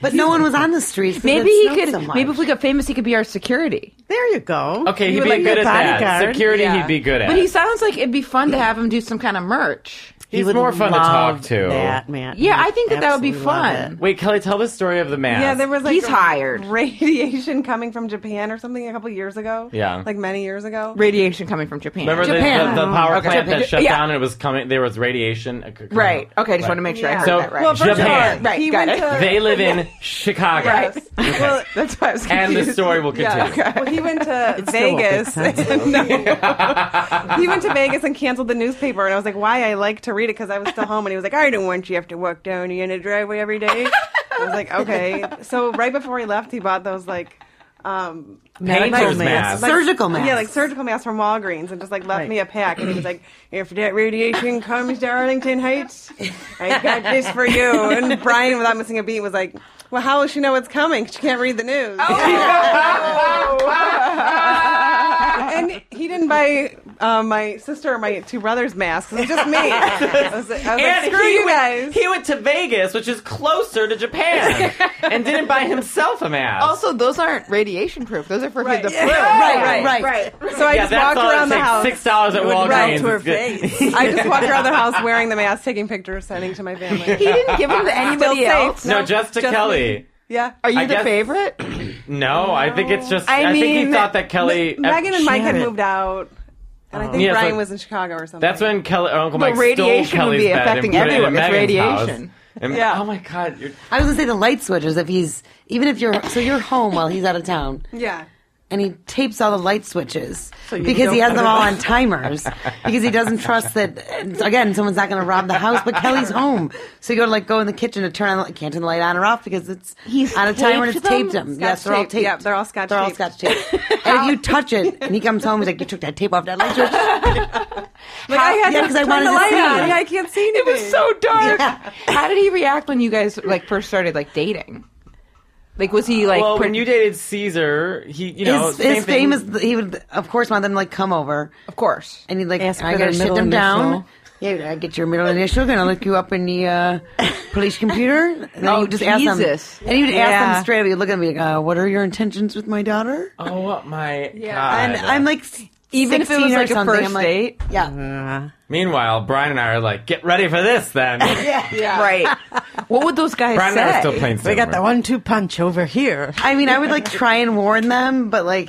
Speaker 4: But no one was on the streets. 'cause
Speaker 2: Maybe
Speaker 4: it
Speaker 2: he
Speaker 4: snowed
Speaker 2: could.
Speaker 4: so much.
Speaker 2: Maybe if we got famous, he could be our security.
Speaker 3: There you go.
Speaker 1: Okay,
Speaker 3: You
Speaker 1: he'd
Speaker 3: would
Speaker 1: be
Speaker 3: like
Speaker 1: good
Speaker 3: a
Speaker 1: at that.
Speaker 3: bodyguard.
Speaker 1: Security, he'd be good at.
Speaker 2: But he sounds like it'd be fun to have him do some kind of merch.
Speaker 1: He's
Speaker 3: would
Speaker 1: more fun to
Speaker 3: love
Speaker 1: talk to.
Speaker 3: That man.
Speaker 2: Yeah, I think that that would be
Speaker 3: Absolutely love
Speaker 2: fun.
Speaker 3: it.
Speaker 1: Wait, Kelly, tell the story of the mask.
Speaker 5: Yeah, there was like
Speaker 2: He's hired.
Speaker 5: radiation coming from Japan or something a couple years ago.
Speaker 1: Yeah.
Speaker 5: like many years ago.
Speaker 2: Radiation coming from Japan.
Speaker 1: Remember the-
Speaker 2: Japan.
Speaker 1: The, the, power
Speaker 2: Okay.
Speaker 1: plant that shut
Speaker 2: Yeah.
Speaker 1: down and it was coming, there was radiation. uh, c-
Speaker 2: Right. Okay. I just want to make sure I
Speaker 5: Yeah.
Speaker 2: heard
Speaker 1: So-
Speaker 2: that right.
Speaker 5: Well, first
Speaker 1: Japan.
Speaker 5: of all,
Speaker 2: Right,
Speaker 5: he
Speaker 2: got
Speaker 5: went
Speaker 2: it.
Speaker 5: to
Speaker 1: They live
Speaker 5: [laughs]
Speaker 1: in Chicago.
Speaker 5: Yes. Well,
Speaker 2: [laughs] That's why I was
Speaker 1: And
Speaker 2: confused.
Speaker 5: [laughs]
Speaker 1: the story will continue.
Speaker 5: yeah. Well, he went to
Speaker 3: still won't make
Speaker 5: Vegas. [laughs] No. [laughs] he went to Vegas and canceled the newspaper, and I was like, "Why?" I like to read it because I was still home, and he was like, "I don't want you to have to walk down the end of the driveway every day." I was like, "Okay." So right before he left, he bought those like. Um,
Speaker 1: Painter's mask.
Speaker 5: like-
Speaker 4: Surgical mask.
Speaker 5: Yeah, like surgical mask from Walgreens, and just like left
Speaker 3: Right.
Speaker 5: me a pack, and he was like, "If that radiation comes to Arlington Heights, I got this for you." And Brian, without missing a beat, was like, "Well, how will she know it's coming? She can't read the news."
Speaker 1: Oh.
Speaker 5: [laughs] and he didn't buy uh, my sister or my two brothers masks. It was just
Speaker 1: [laughs]
Speaker 5: me. I was, like- I was like,
Speaker 1: And
Speaker 5: "Screw
Speaker 1: he
Speaker 5: you
Speaker 1: went-
Speaker 5: guys."
Speaker 1: He went to Vegas, which is closer to
Speaker 5: [laughs]
Speaker 1: Japan, and didn't buy himself a mask.
Speaker 2: Also, those aren't radiation proof. Those are for [laughs]
Speaker 5: Right.
Speaker 2: the flu.
Speaker 5: Yeah.
Speaker 4: Right, right,
Speaker 5: right. So I
Speaker 1: yeah,
Speaker 5: just
Speaker 1: that's
Speaker 5: walked
Speaker 1: all it
Speaker 5: around the
Speaker 1: takes.
Speaker 5: house.
Speaker 1: Six dollars at Walgreens.
Speaker 3: to her
Speaker 1: It's good. [laughs]
Speaker 5: I just walked around the house wearing the mask, taking pictures, sending to my family.
Speaker 2: He didn't give them to anybody
Speaker 5: safe.
Speaker 2: else.
Speaker 1: No, just to
Speaker 5: just
Speaker 1: Kelly.
Speaker 5: Yeah.
Speaker 2: Are you
Speaker 1: I
Speaker 2: the
Speaker 1: guess-
Speaker 2: favorite?
Speaker 1: No, I think it's just. I,
Speaker 2: I
Speaker 1: think he
Speaker 2: mean,
Speaker 1: thought that Kelly. uh, Oh.
Speaker 5: Megan and Mike had
Speaker 3: Shit.
Speaker 5: moved out, and I think
Speaker 1: Yeah, so-
Speaker 5: Brian was in Chicago or something.
Speaker 1: That's when Kelly, or Uncle Mike
Speaker 2: radiation
Speaker 1: stole
Speaker 2: would
Speaker 1: Kelly's
Speaker 2: be
Speaker 1: bed
Speaker 2: affecting
Speaker 1: and put
Speaker 2: everyone.
Speaker 1: It in
Speaker 2: It's
Speaker 1: Megan's
Speaker 2: radiation.
Speaker 1: House. And,
Speaker 5: Yeah.
Speaker 1: Oh my God! You're,
Speaker 4: I was gonna say the light switches. If he's even if you're so you're home while he's out of town,
Speaker 5: Yeah.
Speaker 4: and he tapes all the light switches
Speaker 3: you
Speaker 4: because
Speaker 3: don't
Speaker 4: he has them all on timers because he doesn't trust that again someone's not going to rob the house. But Kelly's home, so you go to like go in the kitchen to turn on the, can't turn the light on or off because it's
Speaker 2: He's
Speaker 4: on a timer and it's
Speaker 2: taped
Speaker 4: taped
Speaker 2: them?
Speaker 4: him. yes, they're all
Speaker 5: tape.
Speaker 4: taped.
Speaker 5: Yeah, they're all scotch
Speaker 4: They're all
Speaker 5: tape.
Speaker 4: scotch
Speaker 2: [laughs]
Speaker 4: taped. and if you touch it and he comes home, he's like, "You took that tape off that light switch."
Speaker 5: Like I had
Speaker 4: yeah,
Speaker 5: to
Speaker 4: 'cause I
Speaker 5: turn
Speaker 4: wanted
Speaker 5: the
Speaker 4: to
Speaker 5: light
Speaker 4: see.
Speaker 5: on. Yeah, I can't see
Speaker 2: It
Speaker 5: anything.
Speaker 2: was so dark. How did he react when you guys like first started like dating? Like, was he like?
Speaker 1: well,
Speaker 2: pre-
Speaker 1: when you dated Caesar, he you know
Speaker 4: his
Speaker 1: same
Speaker 4: his
Speaker 1: thing.
Speaker 4: famous, he would of course want them to like come over.
Speaker 2: of course.
Speaker 4: and he'd like
Speaker 3: Ask
Speaker 4: I
Speaker 3: for
Speaker 4: gotta
Speaker 3: their
Speaker 4: sit
Speaker 3: middle
Speaker 4: them down.
Speaker 3: initial.
Speaker 4: Yeah, I get your middle initial. Gonna look you up in the uh, police computer. And then
Speaker 2: Oh,
Speaker 4: you just ask them,
Speaker 2: Jesus.
Speaker 4: and you'd ask
Speaker 3: Yeah.
Speaker 4: them straight up. You'd look at me like, uh, "What are your intentions with my daughter?"
Speaker 1: Oh my
Speaker 5: Yeah.
Speaker 1: God!
Speaker 4: And I'm like,
Speaker 2: Even if it
Speaker 4: 16
Speaker 2: was
Speaker 4: or
Speaker 2: like a
Speaker 4: something,
Speaker 2: first
Speaker 4: I'm like,
Speaker 2: date. Mm-hmm.
Speaker 4: Yeah.
Speaker 1: Meanwhile, Brian and I are like, get ready for this then.
Speaker 5: Yeah.
Speaker 2: Right. what would those guys
Speaker 1: Brian and I are
Speaker 2: say?
Speaker 1: still playing
Speaker 3: We got
Speaker 1: Silver.
Speaker 3: the one-two punch over here.
Speaker 4: I mean, I would like try and warn them,
Speaker 2: [laughs]
Speaker 4: but like,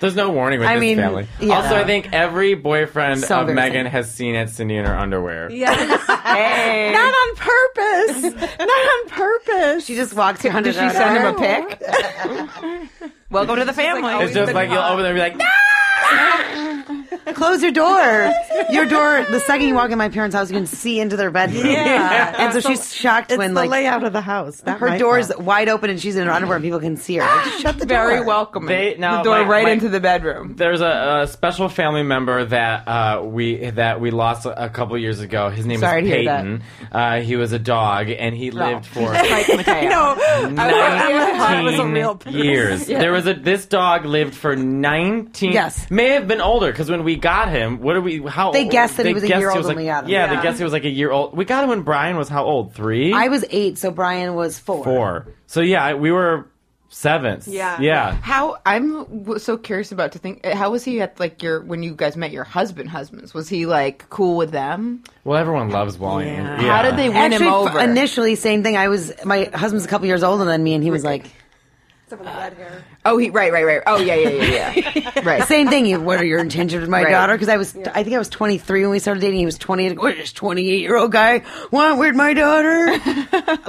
Speaker 1: There's no warning with
Speaker 4: I
Speaker 1: this
Speaker 4: mean,
Speaker 1: family.
Speaker 4: yeah.
Speaker 1: Also, I think every boyfriend
Speaker 4: So
Speaker 1: of
Speaker 4: embarrassing.
Speaker 1: Megan has seen at Cindy in her underwear.
Speaker 5: Yes.
Speaker 2: Hey.
Speaker 3: Not on
Speaker 4: [laughs]
Speaker 3: purpose. Not on purpose.
Speaker 4: she just walks around.
Speaker 2: Did she send him a pic? Welcome to the family.
Speaker 1: It's just like you'll open there and be like, "No!"
Speaker 4: Close your door. Your door. The second you walk in my parents' house, you can see into their bedroom.
Speaker 3: Yeah.
Speaker 4: And so she's shocked
Speaker 3: it's
Speaker 4: when
Speaker 3: the
Speaker 4: like
Speaker 3: layout of the house. Not
Speaker 4: her
Speaker 3: my
Speaker 4: door's
Speaker 3: fault.
Speaker 4: wide open and she's in her underwear and people can see her. Like, just shut the door.
Speaker 2: very welcoming.
Speaker 1: They- now,
Speaker 2: the door
Speaker 1: my-
Speaker 2: right
Speaker 1: my-
Speaker 2: into the bedroom.
Speaker 1: There's a, a special family member that uh, we that we lost a, a couple years ago. His name
Speaker 2: Sorry
Speaker 1: is
Speaker 2: to hear that.
Speaker 1: Peyton. Uh, he was a dog, and he lived for
Speaker 2: Like [laughs] "Oh, Mateo.
Speaker 5: No. I was- I thought it was a real
Speaker 1: 19 years. There was a this dog lived for 19.
Speaker 4: Yes.
Speaker 1: may have been older because when we got him, what do we? How
Speaker 4: They
Speaker 1: old-
Speaker 4: guessed that he was a
Speaker 1: guessed
Speaker 4: year old
Speaker 1: was
Speaker 4: when
Speaker 1: like-
Speaker 4: we got him.
Speaker 1: Yeah, they
Speaker 5: Yeah.
Speaker 1: guessed he was like a year old. We got him when Brian was how old? Three.
Speaker 4: I was eight, so Brian was four.
Speaker 1: four. So yeah, I- we were seventh.
Speaker 5: Yeah.
Speaker 1: yeah.
Speaker 2: [laughs] How I'm w- so curious about to think. How was he at like your when you guys met your husband? Husbands was he like cool with them?
Speaker 1: Well, everyone loves Wally.
Speaker 3: Yeah.
Speaker 1: Yeah.
Speaker 2: How did they win
Speaker 4: Actually,
Speaker 2: him
Speaker 4: f-
Speaker 2: over?
Speaker 4: initially, same thing. I was my husband's a couple years older than me, and he was like,
Speaker 5: Some of the red hair.
Speaker 2: oh, he right, right, right. Oh, yeah, yeah, yeah, yeah. [laughs] right.
Speaker 4: same thing. You- What are your intentions with my
Speaker 2: Right.
Speaker 4: daughter? Because I was, I think I was 23 when we started dating. He was 28. Like, What is this 28 year old guy want with my [laughs] daughter?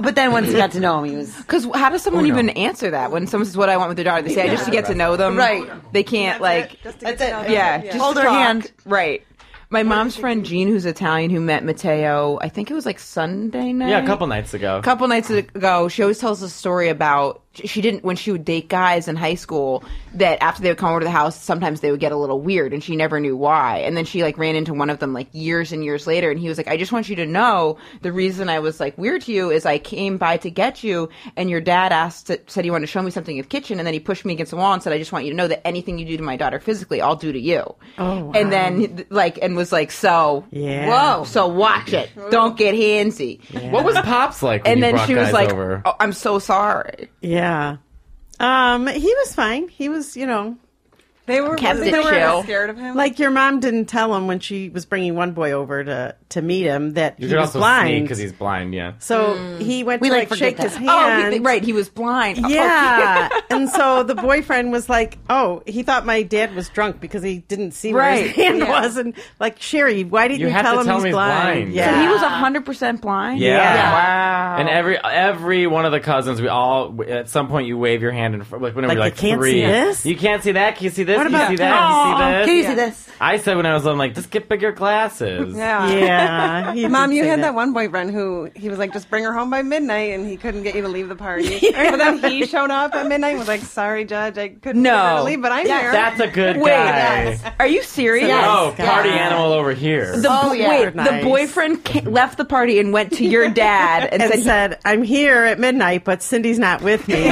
Speaker 4: but then once he got to know him, he was
Speaker 2: Because how does
Speaker 1: Oh,
Speaker 2: someone even answer that when someone says what I want with their daughter? They say I just to get to know them.
Speaker 4: Right.
Speaker 2: They can't like.
Speaker 5: Just to
Speaker 4: That's
Speaker 5: get
Speaker 4: it.
Speaker 5: to know them.
Speaker 2: Yeah,
Speaker 5: Yeah.
Speaker 2: just
Speaker 4: Hold
Speaker 2: to
Speaker 4: her
Speaker 2: talk.
Speaker 4: hand.
Speaker 2: Right. My mom's friend Jean, who's Italian, who met Matteo, I think it was like Sunday night.
Speaker 1: Yeah, a couple nights ago.
Speaker 2: couple nights ago, she always tells a story about she didn't when she would date guys in high school that after they would come over to the house, sometimes they would get a little weird, and she never knew why. And then she like ran into one of them like years and years later, and he was like, "I just want you to know the reason I was like weird to you is I came by to get you, and your dad asked said he wanted to show me something in the kitchen, and then he pushed me against the wall and said, "I just want you to know that anything you do to my daughter physically, I'll do to you." Oh, and then like and was like, "So
Speaker 3: Yeah.
Speaker 2: whoa, so watch it, don't get handsy."
Speaker 1: What was Pops like when
Speaker 2: and
Speaker 1: you
Speaker 2: then
Speaker 1: brought
Speaker 2: she was
Speaker 1: guys
Speaker 2: like,
Speaker 1: over?
Speaker 2: oh, "I'm so sorry."
Speaker 3: Yeah. Um, he was fine. He was, you know,
Speaker 5: They were
Speaker 2: Kept
Speaker 5: they
Speaker 2: it
Speaker 5: were
Speaker 2: chill.
Speaker 5: scared of him.
Speaker 3: like your mom didn't tell him when she was bringing one boy over to to meet him that
Speaker 1: you
Speaker 3: he
Speaker 1: could
Speaker 3: was
Speaker 1: also
Speaker 3: blind.
Speaker 1: because he's blind. Yeah.
Speaker 3: so he went
Speaker 4: We,
Speaker 3: to
Speaker 4: like,
Speaker 3: like,
Speaker 4: forget
Speaker 3: shake
Speaker 4: that.
Speaker 3: his hand.
Speaker 2: Oh, he, right. He was blind. [laughs]
Speaker 3: Yeah. and so the boyfriend was like, oh, he thought my dad was drunk because he didn't see where
Speaker 2: Right.
Speaker 3: his hand
Speaker 5: Yeah.
Speaker 3: was. And like, Sherry, why didn't
Speaker 1: You
Speaker 3: you,
Speaker 1: have
Speaker 3: tell
Speaker 1: to
Speaker 3: him
Speaker 1: tell
Speaker 3: he's
Speaker 1: him he's
Speaker 3: blind?
Speaker 1: blind.
Speaker 3: Yeah.
Speaker 2: So he was hundred percent blind.
Speaker 1: Yeah.
Speaker 3: Yeah.
Speaker 2: Wow.
Speaker 1: And every every one of the cousins, we all at some point you wave your hand in front, like when we
Speaker 3: Like,
Speaker 1: were
Speaker 3: you
Speaker 1: like
Speaker 3: can't
Speaker 1: three.
Speaker 3: see this?
Speaker 1: You can't see that. Can you see this?
Speaker 3: What
Speaker 1: Can you
Speaker 3: about-
Speaker 1: see that? Can you see
Speaker 4: Can
Speaker 1: this?
Speaker 4: you see this?
Speaker 1: I said when I was little, I'm like, just get bigger glasses.
Speaker 5: yeah.
Speaker 3: [laughs] yeah.
Speaker 2: [laughs]
Speaker 3: he
Speaker 5: Mom,
Speaker 3: did
Speaker 5: you
Speaker 3: say
Speaker 5: had that. one boyfriend who he was like, just bring her home by midnight, and he couldn't get you to leave the party. But then he showed up at midnight and was like, sorry, Judge, I couldn't
Speaker 2: No.
Speaker 5: get her to leave, but I'm here.
Speaker 1: That's a good
Speaker 2: Wait.
Speaker 1: guy.
Speaker 2: Are you serious?
Speaker 3: Yes.
Speaker 1: Oh,
Speaker 3: Yes.
Speaker 1: party animal over here.
Speaker 2: The,
Speaker 4: Oh,
Speaker 2: bo-
Speaker 4: yeah.
Speaker 2: Wait,
Speaker 3: Nice.
Speaker 2: the boyfriend ca- left the party and went to your dad and,
Speaker 3: And
Speaker 2: said,
Speaker 3: said, I'm here at midnight, but Cindy's not with
Speaker 2: [laughs]
Speaker 3: me.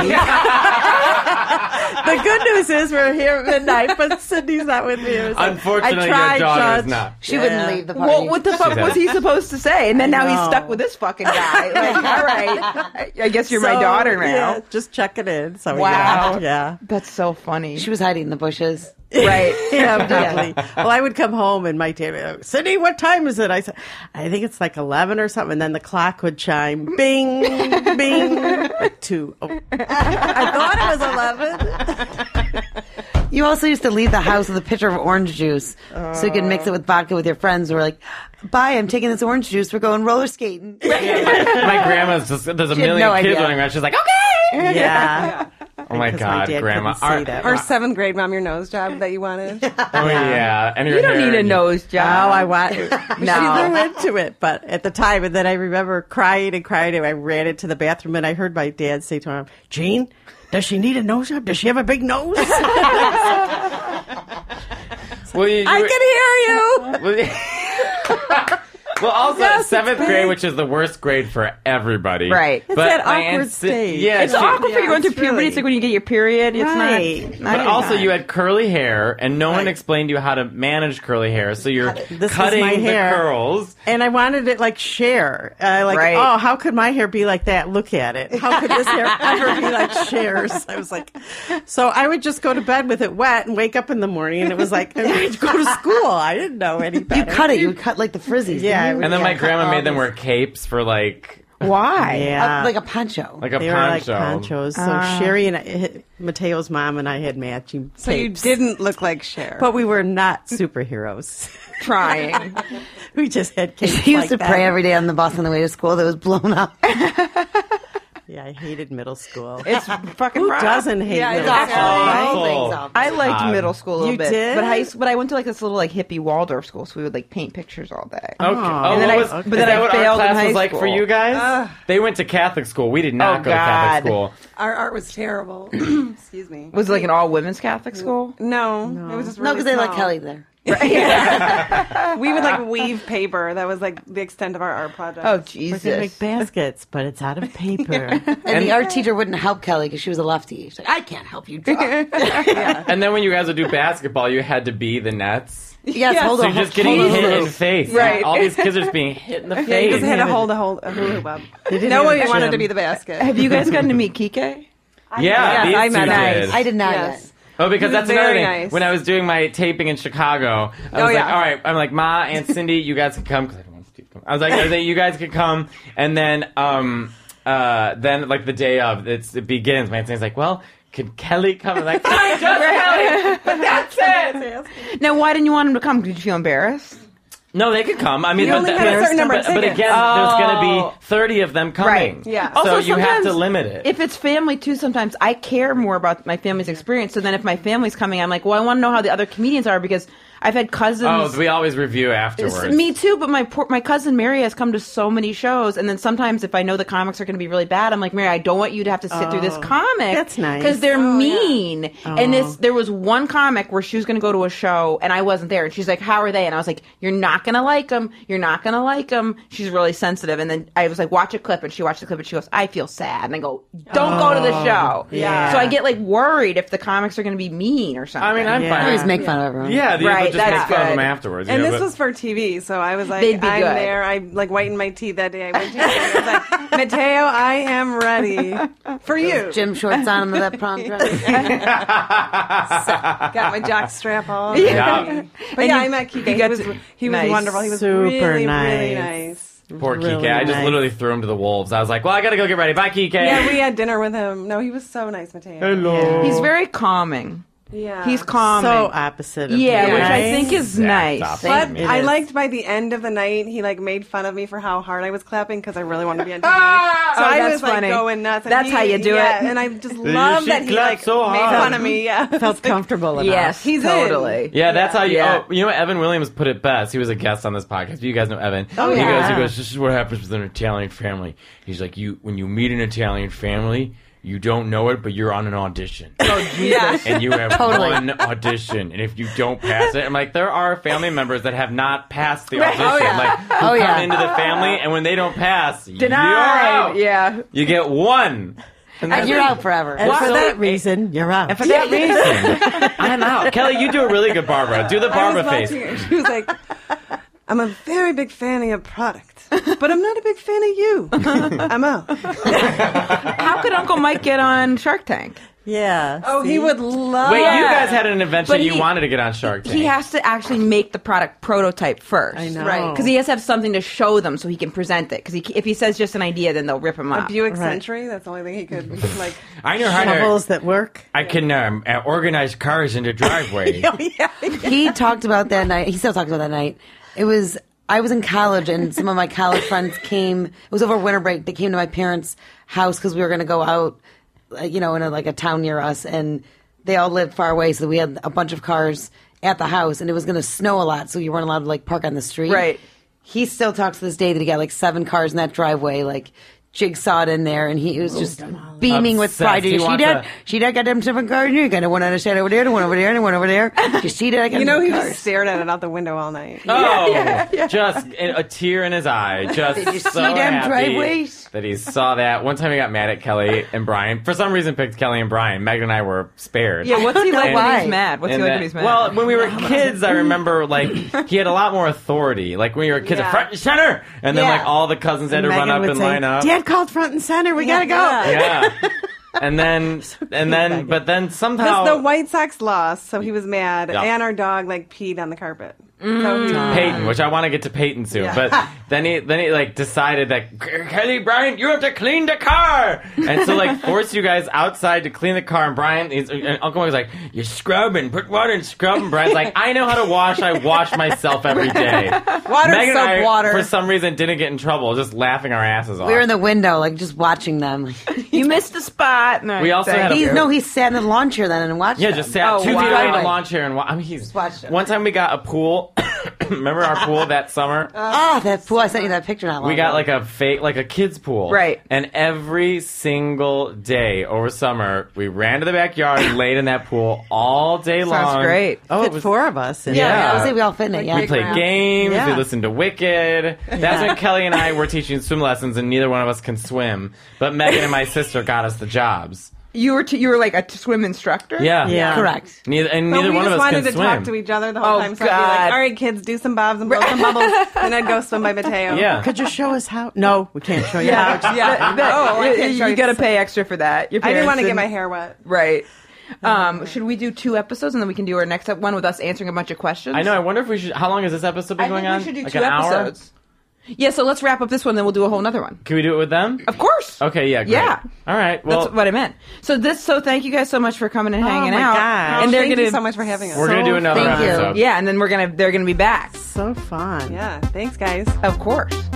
Speaker 3: the good news is we're here at midnight, but Cindy's not with me. It was like,
Speaker 1: Unfortunately,
Speaker 3: I
Speaker 1: your
Speaker 3: tried,
Speaker 1: daughter is
Speaker 3: Judge.
Speaker 1: not.
Speaker 4: She
Speaker 3: Yeah.
Speaker 4: wouldn't leave the party.
Speaker 2: "Well, what the fuck
Speaker 1: said-
Speaker 2: was he supposed to say?" And then now he's
Speaker 3: know.
Speaker 2: stuck with this fucking
Speaker 3: [laughs]
Speaker 2: guy. Like, all right, I guess you're my
Speaker 3: So,
Speaker 2: daughter now.
Speaker 3: yeah, just check it in. So
Speaker 2: Wow.
Speaker 3: Yeah. yeah.
Speaker 2: That's so funny.
Speaker 4: she was hiding in the bushes.
Speaker 1: [laughs]
Speaker 2: right.
Speaker 3: [laughs] Yeah, definitely. Well, I would come home and my dad would go, Cindy, what time is it? I said, I think it's like 11 or something. And then the clock would chime, bing, bing, like two. Oh. I thought it was 11.
Speaker 4: You also used to leave the house with a pitcher of orange juice so you could mix it with vodka with your friends. who We're like, bye, I'm taking this orange juice. We're going
Speaker 3: [laughs]
Speaker 4: roller skating.
Speaker 1: My grandma's just there's a
Speaker 4: had
Speaker 1: million
Speaker 4: no
Speaker 1: kids
Speaker 4: idea.
Speaker 1: running around. She's like, okay.
Speaker 3: Yeah.
Speaker 1: Oh my
Speaker 3: Because
Speaker 1: god,
Speaker 3: dad
Speaker 1: grandma.
Speaker 3: couldn't see
Speaker 1: Our-
Speaker 3: that.
Speaker 5: Or seventh grade mom, your nose job that you
Speaker 4: [laughs]
Speaker 5: wanted.
Speaker 1: Oh yeah. And
Speaker 2: You don't need a nose job.
Speaker 3: Oh, I want. She
Speaker 2: [laughs] No.
Speaker 3: threw into it, but at the time, and then I remember crying and crying, and I ran into the bathroom, and I heard my dad say to him, "Jean, does she need a nose job? Does she have a big nose?" [laughs]
Speaker 1: Well, you, you
Speaker 3: I
Speaker 1: were-
Speaker 3: can hear you.
Speaker 1: Well, [laughs] Well, also
Speaker 3: Yes, it's
Speaker 1: seventh
Speaker 3: big.
Speaker 1: grade, which is the worst grade for everybody.
Speaker 2: Right. It's
Speaker 1: But
Speaker 3: that
Speaker 1: my
Speaker 3: awkward
Speaker 1: aunt Si-
Speaker 3: stage.
Speaker 1: Yeah,
Speaker 2: It's
Speaker 1: she-
Speaker 2: awkward for you
Speaker 3: yeah,
Speaker 2: going through
Speaker 3: it's
Speaker 2: puberty.
Speaker 3: really-
Speaker 2: It's like when you get your period. It's
Speaker 3: Right.
Speaker 2: not.
Speaker 1: But
Speaker 2: not
Speaker 1: also,
Speaker 2: anytime.
Speaker 1: you had curly hair, and no one explained to you how to manage curly hair. So you're
Speaker 3: This is
Speaker 1: cutting
Speaker 3: my
Speaker 1: the
Speaker 3: hair.
Speaker 1: curls.
Speaker 3: And I wanted it like share. Uh, like,
Speaker 2: Right.
Speaker 3: oh, how could my hair be like that? Look at it. How could this hair ever be like shares? I was like, so I would just go to bed with it wet and wake up in the morning and it was like, I need to go to school. I didn't know any
Speaker 4: You
Speaker 3: better.
Speaker 4: cut it. You would cut like the frizzies.
Speaker 3: Yeah, I
Speaker 4: didn't you?
Speaker 3: would-
Speaker 1: And then my
Speaker 3: Yeah.
Speaker 1: grandma
Speaker 4: Um,
Speaker 1: made them wear capes for like
Speaker 2: why?
Speaker 3: yeah.
Speaker 4: Uh, like a poncho. [laughs]
Speaker 1: like a
Speaker 3: they were like
Speaker 1: poncho.
Speaker 3: ponchos. So Sherry and I, Mateo's mom and I had matching
Speaker 5: So you
Speaker 3: capes.
Speaker 5: didn't look like Cher.
Speaker 3: But we were not superheroes.
Speaker 2: Trying.
Speaker 3: [laughs] we just had capes.
Speaker 4: He used
Speaker 3: like
Speaker 4: to
Speaker 3: that.
Speaker 4: pray every day on the bus on the way to school that was
Speaker 3: [laughs]
Speaker 4: blown up.
Speaker 3: Yeah, I hated middle school.
Speaker 2: [laughs] It's fucking.
Speaker 3: Who
Speaker 2: rough.
Speaker 3: doesn't hate
Speaker 2: Yeah,
Speaker 3: middle
Speaker 2: exactly.
Speaker 1: Oh.
Speaker 3: school? right?
Speaker 1: Awful.
Speaker 4: Things up.
Speaker 2: I liked
Speaker 1: God.
Speaker 2: middle school a little
Speaker 3: You
Speaker 2: bit,
Speaker 3: did?
Speaker 2: but I but I went to like this little like hippie Waldorf school, so we would like paint pictures all day.
Speaker 1: Okay.
Speaker 3: Oh.
Speaker 1: Oh,
Speaker 3: And
Speaker 2: then
Speaker 1: what
Speaker 2: I-
Speaker 1: was,
Speaker 2: but
Speaker 1: is
Speaker 2: then
Speaker 1: that
Speaker 2: I
Speaker 1: what
Speaker 2: failed in
Speaker 1: our class
Speaker 2: high
Speaker 1: was like for
Speaker 2: school.
Speaker 1: you guys? they went to Catholic school. We did not
Speaker 2: Oh,
Speaker 1: go to Catholic
Speaker 2: God.
Speaker 1: school.
Speaker 5: Our art was terrible. [clears throat] Excuse me.
Speaker 2: Was it like an all women's Catholic school?
Speaker 5: No, it was just really
Speaker 4: no, because they like
Speaker 5: small.
Speaker 4: Kelly there.
Speaker 5: We would
Speaker 4: [laughs]
Speaker 5: like weave paper. That was like the extent of our art project.
Speaker 2: Oh
Speaker 3: We're gonna make
Speaker 2: Jesus!
Speaker 3: baskets, but it's out
Speaker 4: [laughs]
Speaker 3: of paper.
Speaker 4: And, the art teacher wouldn't help Kelly because she was a lefty. She's like, I can't help you draw.
Speaker 3: [laughs]
Speaker 4: yes,
Speaker 1: And then when you guys would do basketball, you had to be the nets.
Speaker 4: hold
Speaker 1: So
Speaker 4: on.
Speaker 1: you're just getting
Speaker 4: hold on.
Speaker 1: hit in the face.
Speaker 2: Right.
Speaker 1: All these kids are just being hit
Speaker 5: [laughs]
Speaker 1: in the
Speaker 5: yeah, you
Speaker 1: face.
Speaker 5: just had to
Speaker 3: They
Speaker 5: hold a hold a hula hoop up.
Speaker 3: didn't
Speaker 5: No
Speaker 3: have
Speaker 5: one
Speaker 3: a
Speaker 5: wanted to
Speaker 3: gym.
Speaker 5: be the basket. [laughs]
Speaker 2: Have you guys gotten to meet Kike?
Speaker 1: yeah, these
Speaker 5: I
Speaker 1: two
Speaker 5: met him.
Speaker 1: did.
Speaker 4: I did not
Speaker 5: Yes.
Speaker 1: Oh, because
Speaker 5: He was
Speaker 1: that's another
Speaker 5: very
Speaker 1: thing.
Speaker 5: nice.
Speaker 1: When I was doing my taping in Chicago, I was
Speaker 5: Oh,
Speaker 1: like,
Speaker 5: yeah.
Speaker 1: all right, I'm like, Ma, Aunt Cindy, you guys can come. 'cause I, don't want Steve to come. I was like, I was like, you guys could come. And then, um, uh, then like the day of, it's, it begins. My Aunt Cindy's like, well, could Kelly come? I'm like, I just Kelly, but that's it.
Speaker 2: Now, why didn't you want him to come? Did you feel embarrassed?
Speaker 1: No, they could come. I mean,
Speaker 5: You
Speaker 1: but,
Speaker 5: only
Speaker 1: that-
Speaker 5: had a
Speaker 1: but-
Speaker 5: certain number of
Speaker 1: but, but
Speaker 5: tickets.
Speaker 1: again, there's going to
Speaker 2: Oh.
Speaker 1: be 30 of them coming.
Speaker 2: Right.
Speaker 5: Yeah.
Speaker 1: So
Speaker 2: Also,
Speaker 1: you have to
Speaker 2: sometimes
Speaker 1: limit it.
Speaker 2: If it's family too, sometimes I care more about my family's experience. So then, if my family's coming, I'm like, well, I want to know how the other comedians are because I've had cousins.
Speaker 1: oh, we always review afterwards.
Speaker 2: Me too, but my poor, my cousin Mary has come to so many shows, and then sometimes if I know the comics are going to be really bad, I'm like Mary, I don't want you to have to sit through this comic.
Speaker 3: Oh, That's nice. Oh.
Speaker 2: because they're
Speaker 1: Oh,
Speaker 2: mean. And this, there was one comic where she was going to go to a show, and I wasn't there, and she's like, "How are they?" And I was like, "You're not going to like them. You're not going to like them." She's really sensitive, and then I was like, "Watch a clip," and she watched the clip, and she goes, "I feel sad," and I go, "Don't go to the show."
Speaker 3: Oh, yeah.
Speaker 2: So I get like worried if the comics are going to be mean or something.
Speaker 1: I mean, I'm
Speaker 3: Yeah.
Speaker 1: fine.
Speaker 4: I always make fun of everyone.
Speaker 1: yeah, the-
Speaker 2: Right,
Speaker 1: just
Speaker 2: that's
Speaker 1: make fun of them
Speaker 2: good.
Speaker 1: afterwards. you
Speaker 5: And
Speaker 1: know,
Speaker 5: this
Speaker 1: but-
Speaker 5: was for TV, so I was like,
Speaker 2: They'd be
Speaker 5: I'm
Speaker 2: good.
Speaker 5: there. I like whitened my teeth that day. I went to [laughs] I was like, Mateo, I am ready for you.
Speaker 4: Gym shorts on under that
Speaker 3: [laughs]
Speaker 4: prom dress.
Speaker 5: Got my jock strap on.
Speaker 1: [laughs] Yeah.
Speaker 5: But yeah, I met Kike. He
Speaker 2: got
Speaker 5: was
Speaker 2: to-
Speaker 5: he was
Speaker 2: nice.
Speaker 5: wonderful. He was
Speaker 3: Super
Speaker 5: really, really
Speaker 3: nice.
Speaker 5: nice.
Speaker 1: Poor
Speaker 3: Really
Speaker 1: Kike. I just
Speaker 3: nice.
Speaker 1: literally threw him to the wolves. I was like, well, I gotta go get ready. Bye, Kike.
Speaker 5: Yeah, we had dinner with him. No, he was so nice, Mateo.
Speaker 1: Hello.
Speaker 2: he's very calming.
Speaker 5: Yeah.
Speaker 2: He's calming.
Speaker 3: so opposite. Of
Speaker 2: Yeah,
Speaker 3: me,
Speaker 2: which I
Speaker 3: right?
Speaker 2: think is
Speaker 1: Exact
Speaker 2: nice.
Speaker 1: opposite.
Speaker 5: But
Speaker 1: It
Speaker 5: I
Speaker 3: is.
Speaker 5: liked by the end of the night, he like made fun of me for how hard I was clapping because I really wanted to
Speaker 1: [laughs]
Speaker 5: be on TV. so
Speaker 2: Oh,
Speaker 5: I
Speaker 2: that's
Speaker 5: was like
Speaker 2: funny.
Speaker 5: going nuts. and
Speaker 2: That's
Speaker 5: he-
Speaker 2: how you do
Speaker 5: yeah,
Speaker 2: it.
Speaker 5: And I just love
Speaker 1: she
Speaker 5: that he
Speaker 1: clapped
Speaker 5: like
Speaker 1: so
Speaker 5: made
Speaker 1: hard.
Speaker 5: fun of
Speaker 1: [laughs]
Speaker 5: me. Yeah.
Speaker 3: felt comfortable enough.
Speaker 2: Yes,
Speaker 5: He's in.
Speaker 2: totally.
Speaker 1: Yeah, that's how you.
Speaker 2: Yeah.
Speaker 1: Oh, you know, what? Evan Williams put it best. He was a guest on this podcast. You guys know Evan. Oh he
Speaker 3: yeah.
Speaker 1: Goes, he goes. This is what happens with an Italian family. He's like, you when you meet an Italian family, you don't know it, but you're on an audition. [laughs]
Speaker 5: Yeah.
Speaker 1: And you have
Speaker 4: Totally.
Speaker 1: one audition, and if you don't pass it, I'm like, there are family members that have not passed the audition.
Speaker 5: Oh, yeah.
Speaker 1: Like, who
Speaker 4: Oh,
Speaker 1: come
Speaker 4: yeah.
Speaker 1: into the family, and when they don't pass, you're
Speaker 2: Denied.
Speaker 1: out.
Speaker 2: Yeah.
Speaker 1: You get one. And
Speaker 4: And
Speaker 1: that's
Speaker 4: you're
Speaker 1: it.
Speaker 4: out forever.
Speaker 3: And
Speaker 1: Why-
Speaker 3: for
Speaker 1: so-
Speaker 3: that reason, you're out.
Speaker 1: For that reason, I'm out. Kelly, you do a really good Barbara. Do the
Speaker 5: I
Speaker 1: Barbara
Speaker 5: was
Speaker 1: face.
Speaker 5: watching her. She was like, I'm a very big fan of your product, but I'm not a big fan
Speaker 1: [laughs]
Speaker 5: of you. I'm out.
Speaker 2: How could Uncle Mike get on Shark Tank?
Speaker 3: yeah.
Speaker 5: Oh, he would love
Speaker 1: Wait, you
Speaker 2: Yeah.
Speaker 1: guys had an invention
Speaker 2: But
Speaker 1: you
Speaker 2: he-
Speaker 1: wanted to get on Shark Tank.
Speaker 2: He has to actually make the product prototype first.
Speaker 3: I know.
Speaker 5: Right,
Speaker 2: Because he has to have something to show them so he can present it. Because he, if he says just an idea, then they'll rip him
Speaker 5: a
Speaker 2: up.
Speaker 5: Buick
Speaker 3: Right.
Speaker 5: Century. That's the only thing he could
Speaker 1: [laughs]
Speaker 5: like.
Speaker 1: I know how
Speaker 3: shovels
Speaker 1: to.
Speaker 3: that work.
Speaker 1: I can um, uh, organize cars into driveways.
Speaker 4: he talked about that night. He still talks about that night. It was I was in college and some of my college friends came. It was over winter break. They came to my parents' house because we were going to go out, uh, you know, in a, like a town near us, and they all lived far away, so we had a bunch of cars at the house, and it was going to snow a lot, so you weren't allowed to like park on the street.
Speaker 2: Right.
Speaker 4: He still talks to this day that he got like seven cars in that driveway, like jigsawed in there, and
Speaker 3: Oh
Speaker 4: he was just beaming with
Speaker 1: Obsessed.
Speaker 4: pride.
Speaker 1: He
Speaker 4: She
Speaker 1: wants
Speaker 4: did.
Speaker 1: a-
Speaker 4: She did. Got them different cars. You got one on the side over there, and one over there, and one over there. You see that? I got
Speaker 5: You know,
Speaker 4: different
Speaker 5: he
Speaker 4: cars.
Speaker 5: just stared at it out the window
Speaker 1: [laughs]
Speaker 5: all night.
Speaker 1: Oh, just a, a tear in his eye. Just
Speaker 4: Did you
Speaker 1: so
Speaker 4: see them
Speaker 1: happy
Speaker 4: driveways?
Speaker 1: that he saw that. One time he got mad at Kelly and Brian. For some reason, picked Kelly and Brian. Megan and I were spared.
Speaker 6: Yeah,
Speaker 2: [laughs]
Speaker 6: what's he like when
Speaker 4: why.
Speaker 6: he's mad? What's
Speaker 1: And
Speaker 6: he like
Speaker 1: that-
Speaker 6: when he's mad?
Speaker 1: Well, when we were kids, I remember like he had a lot more authority. Like when we were kids,
Speaker 5: Yeah.
Speaker 1: front and center, and then
Speaker 5: Yeah.
Speaker 1: like all the cousins had to run
Speaker 3: Megan
Speaker 1: up
Speaker 3: would
Speaker 1: and
Speaker 3: say,
Speaker 1: line up.
Speaker 3: Dad called front and center. We gotta go.
Speaker 5: Yeah.
Speaker 1: Yeah. And then, and then,
Speaker 3: Megan.
Speaker 1: but then somehow
Speaker 5: Because the White Sox lost, so he was mad,
Speaker 1: Yeah. Mm.
Speaker 5: and our dog like peed on the carpet. So he was-
Speaker 1: Peyton, which I want to get to Peyton soon.
Speaker 5: Yeah.
Speaker 1: But then he then he like decided that Kelly Bryant, you have to clean the car, and so like forced you guys outside to clean the car. And Brian, he's, and Uncle Mike's like, you're scrubbing, put water and scrub. And Brian's like, I know how to wash. I wash myself every day.
Speaker 6: water,
Speaker 1: Megan
Speaker 6: soap,
Speaker 1: and I,
Speaker 6: water.
Speaker 1: for some reason, didn't get in trouble, just laughing our asses off.
Speaker 4: We were in the window, like just watching them.
Speaker 2: You missed the spot. No,
Speaker 1: We also had a-
Speaker 4: He's, no, he sat in the lawn chair then and watched.
Speaker 1: yeah,
Speaker 4: them.
Speaker 1: just sat two feet away in the
Speaker 4: Driveway.
Speaker 1: lawn chair and wa- I mean, he's
Speaker 4: Oh, watched it.
Speaker 1: one time we got a pool. [coughs] Remember our pool that
Speaker 4: [laughs]
Speaker 1: summer?
Speaker 4: Ah, that pool. I sent you that picture not long
Speaker 1: We got
Speaker 4: ago.
Speaker 1: like a fake, like a kids pool,
Speaker 2: Right.
Speaker 1: And every single day over summer, we ran to the backyard, and laid in that pool all day long.
Speaker 2: Sounds great.
Speaker 3: Oh,
Speaker 1: it
Speaker 3: it's
Speaker 1: was-
Speaker 3: four of us. in
Speaker 1: Yeah.
Speaker 3: there.
Speaker 4: Yeah, I was like, we all fit in it. Yeah,
Speaker 1: We played games. We
Speaker 3: Yeah.
Speaker 1: listened to Wicked. That's when Kelly and I were teaching swim lessons, and neither one of us can swim. But Megan and my sister got us the jobs.
Speaker 2: You were t- you were like a t- swim instructor.
Speaker 1: Yeah,
Speaker 3: Yeah.
Speaker 4: correct.
Speaker 1: Neither, and
Speaker 5: But
Speaker 1: neither
Speaker 5: we
Speaker 1: one of
Speaker 5: just
Speaker 1: us
Speaker 5: wanted
Speaker 1: can
Speaker 5: to
Speaker 1: swim.
Speaker 5: talk to each other the whole
Speaker 2: Oh,
Speaker 5: time. So I'd be
Speaker 2: God.
Speaker 5: like, all right, kids, do some bobs and blow
Speaker 1: [laughs]
Speaker 5: some bubbles, and I'd go swim by Mateo.
Speaker 1: yeah,
Speaker 3: Could you show us how? No, we can't show you.
Speaker 2: yeah. [laughs]
Speaker 3: How.
Speaker 2: That- that-
Speaker 5: Oh, I
Speaker 2: you-
Speaker 5: can't show
Speaker 2: you
Speaker 5: you.
Speaker 2: got to pay extra for that. Your
Speaker 5: I didn't
Speaker 2: parents
Speaker 5: want to get my hair wet.
Speaker 2: right. Um, should we do two episodes and then we can do our next ep- one with us answering a bunch of questions?
Speaker 1: I know. I wonder if we should. How long has this episode been
Speaker 2: I
Speaker 1: going
Speaker 2: think
Speaker 1: on?
Speaker 2: we should do
Speaker 1: like
Speaker 2: two
Speaker 1: an
Speaker 2: episodes. Yeah, so let's wrap up this one, then we'll do a whole another one.
Speaker 1: hour? Can we do it with them?
Speaker 2: Of course.
Speaker 1: Okay. Yeah. Great.
Speaker 2: Yeah.
Speaker 1: All right. Well,
Speaker 2: That's what I meant. So this, so thank you guys so much for coming and hanging
Speaker 3: Oh my
Speaker 2: out.
Speaker 3: gosh.
Speaker 2: And they're
Speaker 5: Thank
Speaker 2: gonna
Speaker 5: you so much for having us.
Speaker 1: we're gonna
Speaker 3: so
Speaker 1: do another
Speaker 4: thank you.
Speaker 1: episode.
Speaker 2: Yeah, and then we're gonna they're gonna be back.
Speaker 3: So fun.
Speaker 5: yeah, thanks, guys.
Speaker 2: Of course.